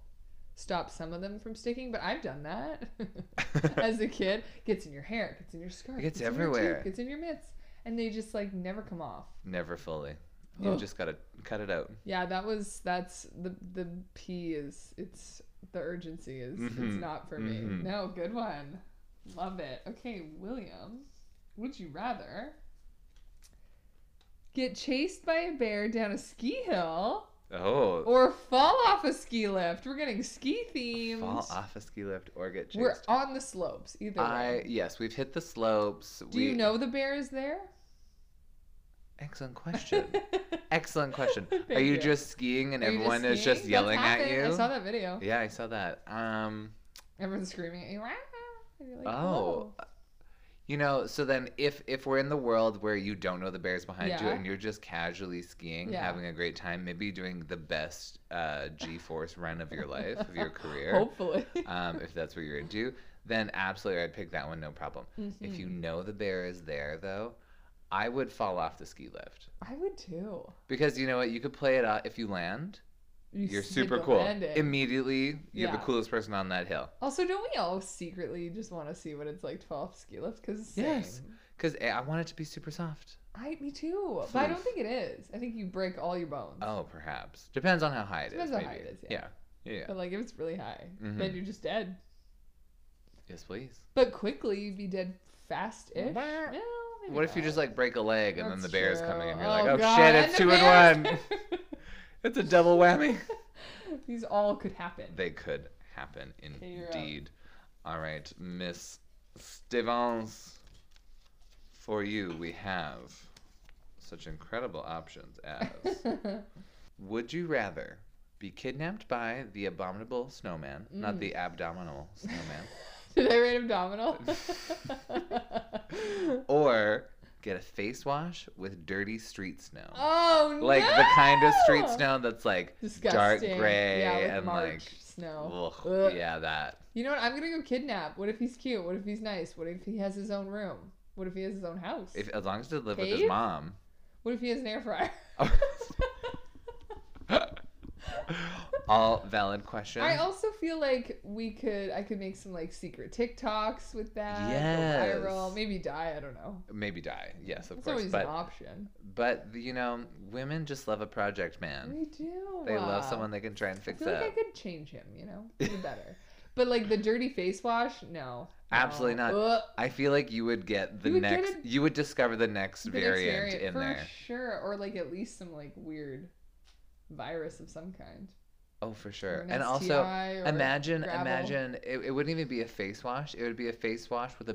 Speaker 2: stop some of them from sticking. But I've done that *laughs* as a kid. Gets in your hair, gets in your scarf,
Speaker 1: It gets
Speaker 2: in your tooth,
Speaker 1: everywhere.
Speaker 2: gets in your mitts, and they just like never come off.
Speaker 1: *laughs* Never fully. You
Speaker 2: Ugh.
Speaker 1: just gotta cut it out.
Speaker 2: Yeah, that was that's the the P is it's the urgency is
Speaker 1: Mhm,
Speaker 2: it's not for me.
Speaker 1: mhm.
Speaker 2: No, good one. Love it. Okay, William, would you rather get chased by a bear down a ski hill
Speaker 1: Oh.
Speaker 2: or fall off a ski lift? We're getting ski themed.
Speaker 1: fall off a ski lift or get
Speaker 2: We're
Speaker 1: chased.
Speaker 2: on the slopes either
Speaker 1: I
Speaker 2: way.
Speaker 1: yes, we've hit the slopes.
Speaker 2: Do you know the bear is there? *laughs*
Speaker 1: Excellent question. Excellent question. Are
Speaker 2: Thank
Speaker 1: you,
Speaker 2: you.
Speaker 1: just skiing and
Speaker 2: Are you just
Speaker 1: everyone is just
Speaker 2: skiing? That's
Speaker 1: yelling at
Speaker 2: happened.
Speaker 1: you?
Speaker 2: I saw that video.
Speaker 1: Yeah, I saw that. Um,
Speaker 2: Everyone's screaming at you. "Wah!" And you're like,
Speaker 1: oh,
Speaker 2: "Whoa."
Speaker 1: You know, so then if if we're in the world where you don't know the bears behind you
Speaker 2: Yeah.
Speaker 1: and you're just casually skiing,
Speaker 2: Yeah.
Speaker 1: having a great time, maybe doing the best uh, G-force run of your life, of
Speaker 2: *laughs*
Speaker 1: your career,
Speaker 2: Hopefully.
Speaker 1: um, if that's what you're into, then absolutely I'd pick that one, no problem. If you
Speaker 2: Mhm.
Speaker 1: know the bear is there, though, I would fall off the ski lift
Speaker 2: I would too.
Speaker 1: because you know what? You could play it out if you land.
Speaker 2: You
Speaker 1: You're
Speaker 2: s- hit
Speaker 1: super
Speaker 2: the
Speaker 1: cool.
Speaker 2: landing.
Speaker 1: Immediately, you're the
Speaker 2: Yeah.
Speaker 1: coolest person on that hill.
Speaker 2: also, don't we all secretly just want to see what it's like to fall off ski lift? Because
Speaker 1: Yes. Because eh, I want it to be super soft.
Speaker 2: I me too, but I don't
Speaker 1: Oof.
Speaker 2: think it is. I think you break all your bones.
Speaker 1: Oh, perhaps depends on how high it is.
Speaker 2: Depends on how
Speaker 1: maybe.
Speaker 2: it is,
Speaker 1: Yeah.
Speaker 2: yeah.
Speaker 1: Yeah. yeah.
Speaker 2: But like if it's really high, then
Speaker 1: Mhm.
Speaker 2: you're just dead.
Speaker 1: Yes, please.
Speaker 2: But quickly, you'd be dead fast-ish.
Speaker 1: Wah.
Speaker 2: Well, maybe
Speaker 1: What if you
Speaker 2: not.
Speaker 1: just like break a leg and then the
Speaker 2: That's
Speaker 1: bear's coming and
Speaker 2: true.
Speaker 1: you're like, oh,
Speaker 2: God,
Speaker 1: shit, it's
Speaker 2: the
Speaker 1: two and one.
Speaker 2: bears-
Speaker 1: *laughs* It's a double whammy.
Speaker 2: *laughs* These all could happen.
Speaker 1: they could happen
Speaker 2: you're up.
Speaker 1: indeed. All right, Miss Stevens. For you, we have such incredible options as.
Speaker 2: *laughs*
Speaker 1: Would you rather be kidnapped by the abominable snowman, not
Speaker 2: Mm.
Speaker 1: the abdominal snowman,
Speaker 2: *laughs* Did I write *laughs*
Speaker 1: *laughs*
Speaker 2: abdominal?
Speaker 1: or get a face wash with dirty street snow?
Speaker 2: oh no!
Speaker 1: Like the kind of street snow that's like dark
Speaker 2: Disgusting.
Speaker 1: gray
Speaker 2: yeah, like
Speaker 1: and
Speaker 2: March
Speaker 1: like,
Speaker 2: snow.
Speaker 1: ugh,
Speaker 2: Ugh.
Speaker 1: yeah, that.
Speaker 2: You know what? I'm gonna go kidnap. What if he's cute? What if he's nice? What if he has his own room? What if he has his own house?
Speaker 1: If as long as they live with his
Speaker 2: Cave? *laughs*
Speaker 1: mom.
Speaker 2: What if he has an air fryer? *laughs*
Speaker 1: All valid questions.
Speaker 2: I also feel like we could, I could make some like secret TikToks with that. go
Speaker 1: Yes.
Speaker 2: Viral, maybe die. I don't know.
Speaker 1: Maybe die. Yes, of
Speaker 2: It's
Speaker 1: course.
Speaker 2: always
Speaker 1: But
Speaker 2: an option.
Speaker 1: but you know, women just love a project man.
Speaker 2: We do.
Speaker 1: um, They love
Speaker 2: uh,
Speaker 1: someone they can try and
Speaker 2: I
Speaker 1: fix
Speaker 2: feel like I
Speaker 1: up.
Speaker 2: could change him. You know, be
Speaker 1: *laughs*
Speaker 2: better. But like the dirty face wash, no.
Speaker 1: Absolutely
Speaker 2: no.
Speaker 1: not.
Speaker 2: Ugh,
Speaker 1: I feel like you would get the
Speaker 2: You would get
Speaker 1: next.
Speaker 2: a-
Speaker 1: you would discover the next
Speaker 2: the next
Speaker 1: variant
Speaker 2: variant,
Speaker 1: in
Speaker 2: for
Speaker 1: there.
Speaker 2: sure, or like at least some like weird virus of some kind.
Speaker 1: Oh, for
Speaker 2: or
Speaker 1: sure.
Speaker 2: an
Speaker 1: And also,
Speaker 2: STI or-
Speaker 1: imagine,
Speaker 2: gravel.
Speaker 1: imagine it, it wouldn't even be a face wash. It would be a face wash with a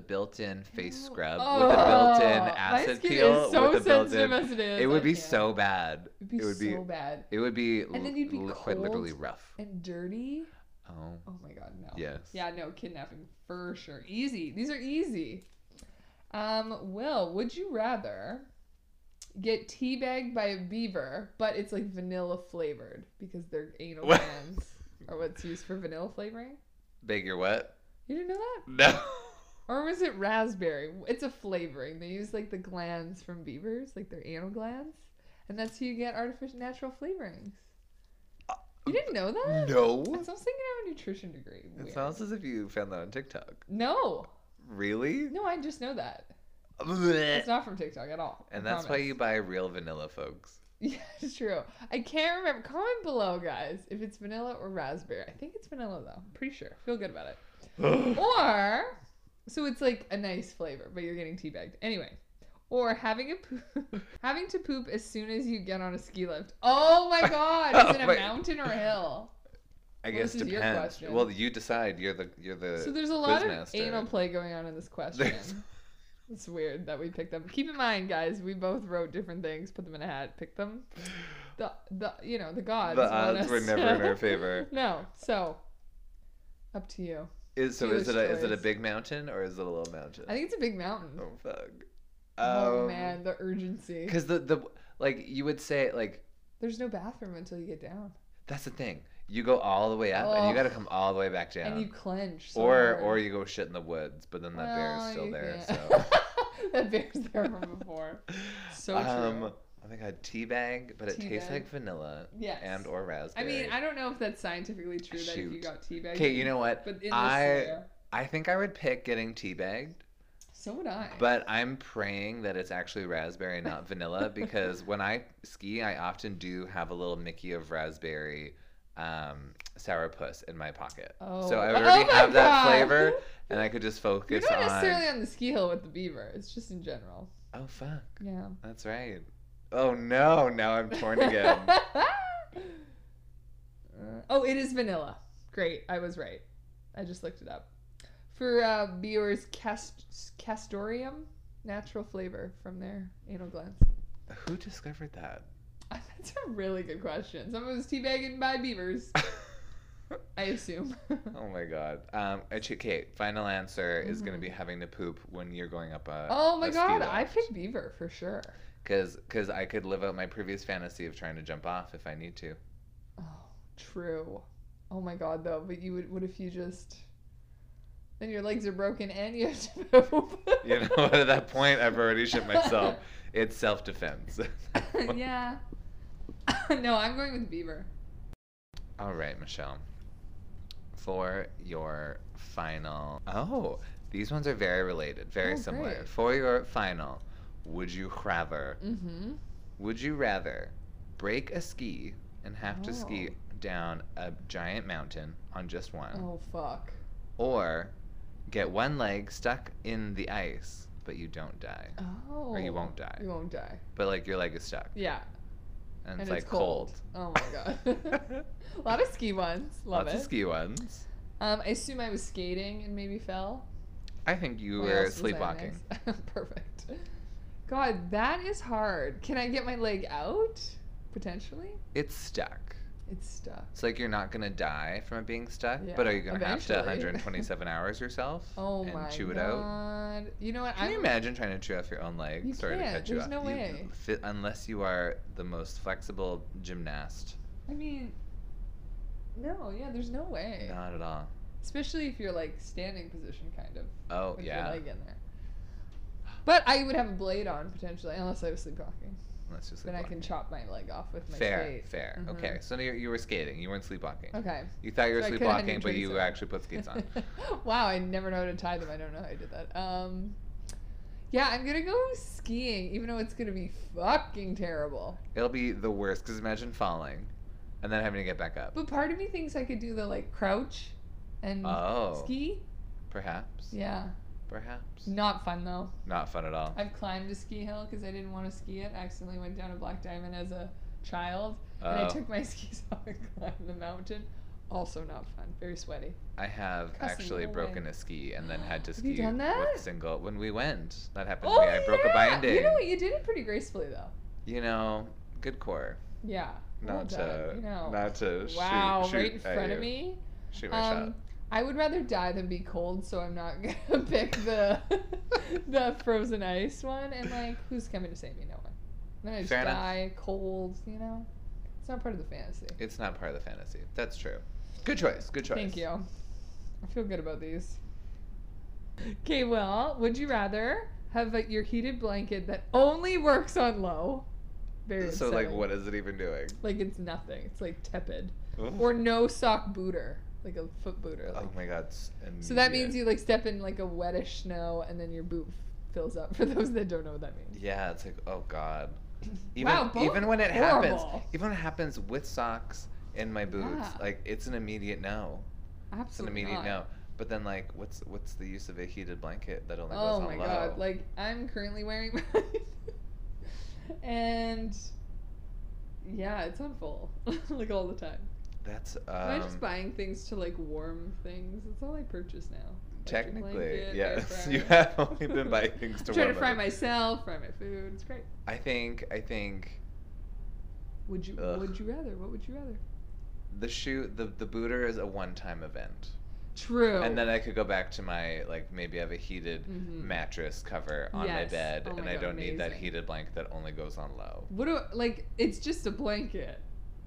Speaker 2: *gasps*
Speaker 1: built-in face
Speaker 2: Ew.
Speaker 1: scrub, with a built-in
Speaker 2: Ugh, my
Speaker 1: acid
Speaker 2: skin
Speaker 1: peel,
Speaker 2: Oh, Is so
Speaker 1: with a
Speaker 2: sensitive
Speaker 1: built-in.
Speaker 2: as it is.
Speaker 1: It
Speaker 2: I
Speaker 1: would be
Speaker 2: can't.
Speaker 1: so bad.
Speaker 2: It'd be
Speaker 1: it would
Speaker 2: so
Speaker 1: be-
Speaker 2: bad
Speaker 1: It would be,
Speaker 2: then you'd be
Speaker 1: l- quite literally
Speaker 2: cold.
Speaker 1: rough.
Speaker 2: and dirty.
Speaker 1: Oh,
Speaker 2: Oh my god, no.
Speaker 1: yes.
Speaker 2: Yeah, no kidnapping for sure. Easy. These are easy. Um, Will, would you rather get teabagged by a beaver, but it's like vanilla flavored because their anal
Speaker 1: *laughs* What?
Speaker 2: glands are what's used for vanilla flavoring?
Speaker 1: Beg your what? *laughs*
Speaker 2: You didn't know that?
Speaker 1: No.
Speaker 2: Or was it raspberry? It's a flavoring. They use like the glands from beavers, like their anal glands, and that's how you get artificial natural flavorings. You didn't know that?
Speaker 1: no.
Speaker 2: It sounds like you have a nutrition degree.
Speaker 1: It
Speaker 2: Weird.
Speaker 1: sounds as if you found that on TikTok.
Speaker 2: No,
Speaker 1: Really?
Speaker 2: no, I just know that.
Speaker 1: Blech.
Speaker 2: It's not from TikTok at all. I
Speaker 1: Eh. And that's why
Speaker 2: promise. *laughs*
Speaker 1: you buy real
Speaker 2: *gasps*
Speaker 1: vanilla, folks.
Speaker 2: Yeah, it's true. I can't remember. Comment below, guys, if it's vanilla or raspberry. I think it's vanilla though. I'm pretty sure. Feel good about it. Or, so it's like a nice flavor, but you're getting teabagged anyway. Or having a poop, *laughs* having to poop as soon as you get on a ski lift. Oh
Speaker 1: *laughs*
Speaker 2: my god! Is it a
Speaker 1: Wait.
Speaker 2: mountain or a hill?
Speaker 1: I
Speaker 2: Well,
Speaker 1: guess
Speaker 2: this is your
Speaker 1: depends.
Speaker 2: question.
Speaker 1: well, you decide. You're the you're the.
Speaker 2: So there's a lot of
Speaker 1: Uh, Quizmaster.
Speaker 2: anal play going on in this
Speaker 1: *laughs*
Speaker 2: question.
Speaker 1: There's-
Speaker 2: It's weird that we picked them. Keep in mind, guys, we both wrote different things, put them in a hat, picked them. The the you know the gods.
Speaker 1: the
Speaker 2: want
Speaker 1: odds
Speaker 2: us
Speaker 1: were
Speaker 2: to-
Speaker 1: never in our favor.
Speaker 2: *laughs* no, so up to you.
Speaker 1: Is so? Is it
Speaker 2: Jewish
Speaker 1: a is it a
Speaker 2: choice.
Speaker 1: big mountain or is it a little mountain?
Speaker 2: I think it's a big mountain.
Speaker 1: oh um, fuck.
Speaker 2: oh man, the urgency.
Speaker 1: Because the the like you would say like
Speaker 2: There's no bathroom until you get down.
Speaker 1: that's the thing. You go all the way up and you
Speaker 2: Ugh.
Speaker 1: got to come all the way back down.
Speaker 2: And you clench. So
Speaker 1: or
Speaker 2: hard.
Speaker 1: or you go shit in the woods, but then that bear is
Speaker 2: Well,
Speaker 1: still
Speaker 2: Oh, you
Speaker 1: there.
Speaker 2: can't.
Speaker 1: So.
Speaker 2: that bear's there from before. *laughs* So true.
Speaker 1: oh my god, tea bag, but it tastes
Speaker 2: Teabag.
Speaker 1: like vanilla
Speaker 2: Yes.
Speaker 1: and or
Speaker 2: I
Speaker 1: raspberry.
Speaker 2: mean, I don't know if that's scientifically true that if you
Speaker 1: Shoot.
Speaker 2: got teabagged.
Speaker 1: okay, you know what?
Speaker 2: But in this
Speaker 1: I-
Speaker 2: scenario,
Speaker 1: I think I would pick getting teabagged,
Speaker 2: so would I.
Speaker 1: but I'm praying that it's actually raspberry,
Speaker 2: *laughs*
Speaker 1: not vanilla, because when I ski, I often do have a little Mickey of raspberry um, sour puss in my pocket.
Speaker 2: oh.
Speaker 1: So I would
Speaker 2: Oh
Speaker 1: already
Speaker 2: my
Speaker 1: have that
Speaker 2: God.
Speaker 1: flavor, and I could just
Speaker 2: *laughs* You're
Speaker 1: focus
Speaker 2: not
Speaker 1: on.
Speaker 2: necessarily on the ski hill with the beaver. It's just in general.
Speaker 1: Oh fuck,
Speaker 2: Yeah.
Speaker 1: that's right. Oh no, now
Speaker 2: *laughs*
Speaker 1: I'm torn again.
Speaker 2: Uh, *laughs* oh, it is vanilla. Great, I was right. I just looked it up. For uh, Bior's cast- castorium, natural flavor from their anal glands. *laughs*
Speaker 1: Who discovered that? *laughs*
Speaker 2: That's a really good question. Someone was teabagging by beavers. I assume. *laughs*
Speaker 1: Oh my god. Um, actually, okay, final answer is going to be having to poop when you're going up a.
Speaker 2: Mm-hmm. oh my god, I picked beaver for sure.
Speaker 1: Because because I could live out my previous fantasy of trying to jump off if I need to.
Speaker 2: Oh, true. Oh my god, though. But you would. What if you just? Then your legs are broken and you have to *laughs* poop.
Speaker 1: You know, *laughs* at that point, I've already shit myself. It's self defense.
Speaker 2: *laughs* yeah. no, I'm going with beaver.
Speaker 1: *laughs* All right, Michelle. For your final. Oh, these ones are very related, very
Speaker 2: Oh,
Speaker 1: similar.
Speaker 2: great.
Speaker 1: For your final, would you rather?
Speaker 2: Mm-hmm.
Speaker 1: Would you rather break a ski and have to ski down a giant mountain on just one,
Speaker 2: Oh. Oh fuck.
Speaker 1: or get one leg stuck in the ice but you don't die,
Speaker 2: Oh.
Speaker 1: or you won't die,
Speaker 2: You won't die.
Speaker 1: but like your leg is stuck
Speaker 2: Yeah. And
Speaker 1: and, it's,
Speaker 2: it's,
Speaker 1: like
Speaker 2: cold.
Speaker 1: cold.
Speaker 2: Oh
Speaker 1: *laughs*
Speaker 2: my god. *laughs* a lot of ski ones. Love
Speaker 1: Lots
Speaker 2: it.
Speaker 1: of ski ones.
Speaker 2: Um, I assume I was skating and maybe fell.
Speaker 1: I think you
Speaker 2: Where
Speaker 1: were
Speaker 2: else was I
Speaker 1: sleepwalking.
Speaker 2: next? *laughs* Perfect. God, that is hard. Can I get my leg out? Potentially?
Speaker 1: It's stuck.
Speaker 2: It's stuck.
Speaker 1: It's like you're not gonna die from it being stuck, but
Speaker 2: Yeah,
Speaker 1: are you gonna have to
Speaker 2: eventually. *laughs*
Speaker 1: 127 hours yourself
Speaker 2: Oh
Speaker 1: and
Speaker 2: my
Speaker 1: chew it out?
Speaker 2: god. You know what?
Speaker 1: Can
Speaker 2: I'm,
Speaker 1: you imagine trying to chew off your own leg?
Speaker 2: You
Speaker 1: Sorry
Speaker 2: can't.
Speaker 1: to cut you
Speaker 2: There's
Speaker 1: off.
Speaker 2: no
Speaker 1: You-
Speaker 2: way.
Speaker 1: fi- unless you are the most flexible gymnast.
Speaker 2: I mean, no, yeah, there's no way.
Speaker 1: Not at all.
Speaker 2: Especially if you're like standing position, kind of.
Speaker 1: Oh
Speaker 2: With your
Speaker 1: yeah.
Speaker 2: leg in there. But I would have a blade on potentially, unless I was sleepwalking.
Speaker 1: Let's just.
Speaker 2: Then I can chop my leg off with my
Speaker 1: Fair,
Speaker 2: skate.
Speaker 1: fair.
Speaker 2: Mhm.
Speaker 1: Okay, so you, you were skating. You weren't sleepwalking.
Speaker 2: Okay.
Speaker 1: You thought you were
Speaker 2: So I could
Speaker 1: sleepwalking, but you
Speaker 2: 127.
Speaker 1: actually put
Speaker 2: *laughs*
Speaker 1: skates on.
Speaker 2: wow, I never know how to tie them. I don't know how I did that. Um, yeah, I'm gonna go skiing, even though it's gonna be fucking terrible.
Speaker 1: It'll be the worst because imagine falling, and then having to get back up.
Speaker 2: But part of me thinks I could do the like crouch and
Speaker 1: Oh,
Speaker 2: Mm-hmm. ski.
Speaker 1: perhaps.
Speaker 2: Yeah,
Speaker 1: Perhaps.
Speaker 2: not fun though.
Speaker 1: Not fun at all.
Speaker 2: I've climbed a ski hill because I didn't want to ski it. I accidentally went down a black diamond as a child, and I
Speaker 1: Oh.
Speaker 2: took my *laughs* skis off and climbed the mountain. Also not fun. Very sweaty.
Speaker 1: I have
Speaker 2: Cussing
Speaker 1: actually
Speaker 2: no way.
Speaker 1: broken a ski and then had
Speaker 2: *gasps*
Speaker 1: to
Speaker 2: Have
Speaker 1: ski
Speaker 2: you done that? Oh,
Speaker 1: with single when we went. That happened to me. I broke a binding.
Speaker 2: You know what? You did it pretty gracefully though.
Speaker 1: You know, good core.
Speaker 2: Yeah. well
Speaker 1: Not
Speaker 2: done,
Speaker 1: to
Speaker 2: you know.
Speaker 1: not to shoot-
Speaker 2: Wow,
Speaker 1: shoot,
Speaker 2: right in
Speaker 1: at
Speaker 2: front of
Speaker 1: you.
Speaker 2: me.
Speaker 1: Shoot my
Speaker 2: Um, I would rather die than be cold, so I'm not gonna *laughs* pick the the frozen ice one. And like, who's coming to save me? No one. And then I just
Speaker 1: Fair enough.
Speaker 2: die cold. You know, it's not part of the fantasy.
Speaker 1: shot. It's not part of the fantasy. That's true. Good choice. Good choice.
Speaker 2: Thank you. I feel good about these. Okay, well, would you rather have like, your heated blanket that only works on low? Very
Speaker 1: So like,
Speaker 2: upsetting.
Speaker 1: what is it even doing?
Speaker 2: Like it's nothing. It's like tepid.
Speaker 1: Ooh.
Speaker 2: Or no sock booter, like a foot booter. Like
Speaker 1: oh my god. s-
Speaker 2: So that
Speaker 1: immediate.
Speaker 2: means you like step in like a wettish snow and then your boot f- fills up. *laughs* For those that don't know what that means.
Speaker 1: Yeah, it's like oh
Speaker 2: *laughs*
Speaker 1: god. Even
Speaker 2: Wow, both
Speaker 1: even when it happens,
Speaker 2: horrible.
Speaker 1: even when it happens with socks in my boots,
Speaker 2: Yeah.
Speaker 1: like it's an immediate no. It's an
Speaker 2: Absolutely.
Speaker 1: immediate
Speaker 2: not.
Speaker 1: no. But then like, what's what's the use of a heated blanket that only
Speaker 2: Oh
Speaker 1: goes
Speaker 2: my
Speaker 1: on low?
Speaker 2: god! Like I'm currently wearing *laughs* mine, and yeah, it's on full *laughs* like all the time.
Speaker 1: That's
Speaker 2: Am I just
Speaker 1: um,
Speaker 2: buying things to like warm things? That's all I purchase now. Electric
Speaker 1: technically
Speaker 2: blanket, air
Speaker 1: yes. *laughs* You
Speaker 2: fryer.
Speaker 1: have only been
Speaker 2: *laughs*
Speaker 1: buying things to
Speaker 2: I'm trying
Speaker 1: warm
Speaker 2: to fry
Speaker 1: up.
Speaker 2: myself, fry my food. It's great.
Speaker 1: I think I think
Speaker 2: Would you?
Speaker 1: Ugh.
Speaker 2: Would you rather? What would you rather?
Speaker 1: the shoe the the booter is a one time event,
Speaker 2: True.
Speaker 1: and then I could go back to my like maybe I have a heated
Speaker 2: Mhm.
Speaker 1: mattress cover on my
Speaker 2: Yes.
Speaker 1: bed,
Speaker 2: Oh my
Speaker 1: and I
Speaker 2: God,
Speaker 1: don't need that
Speaker 2: amazing.
Speaker 1: heated blanket that only goes on low.
Speaker 2: what do like? It's just a blanket.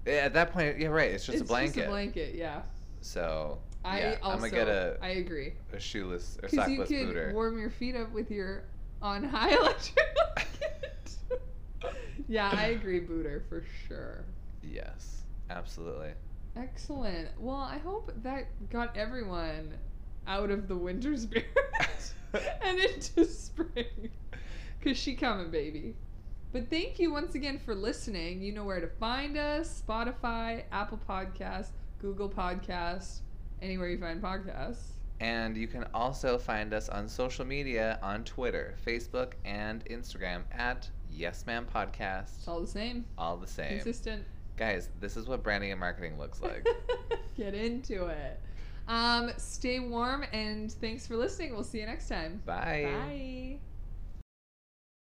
Speaker 1: Yeah, At that point, yeah, right. It's just
Speaker 2: it's
Speaker 1: a blanket.
Speaker 2: Just a blanket. Yeah.
Speaker 1: So
Speaker 2: I
Speaker 1: yeah,
Speaker 2: also.
Speaker 1: I'm gonna get a,
Speaker 2: I agree.
Speaker 1: a shoeless or
Speaker 2: Because you
Speaker 1: sockless
Speaker 2: could
Speaker 1: booter.
Speaker 2: warm your feet up with your on high *laughs* electric blanket. yeah, I agree, Booter, for sure.
Speaker 1: Yes,
Speaker 2: *laughs*
Speaker 1: absolutely.
Speaker 2: Excellent. Well, I hope that got everyone out of the winter *laughs* spirit
Speaker 1: *laughs*
Speaker 2: and into spring. Because she coming, baby. But thank you once again for listening. You know where to find us Spotify, Apple Podcasts, Google Podcasts, anywhere you find podcasts.
Speaker 1: And you can also find us on social media on Twitter, Facebook, and Instagram at Yes Ma'am
Speaker 2: It's
Speaker 1: Podcast.
Speaker 2: all the same.
Speaker 1: All the same.
Speaker 2: Consistent.
Speaker 1: Guys, this is what branding and marketing
Speaker 2: *laughs*
Speaker 1: looks like.
Speaker 2: Get into it. Um, stay warm and thanks for listening. We'll see you next time. Bye.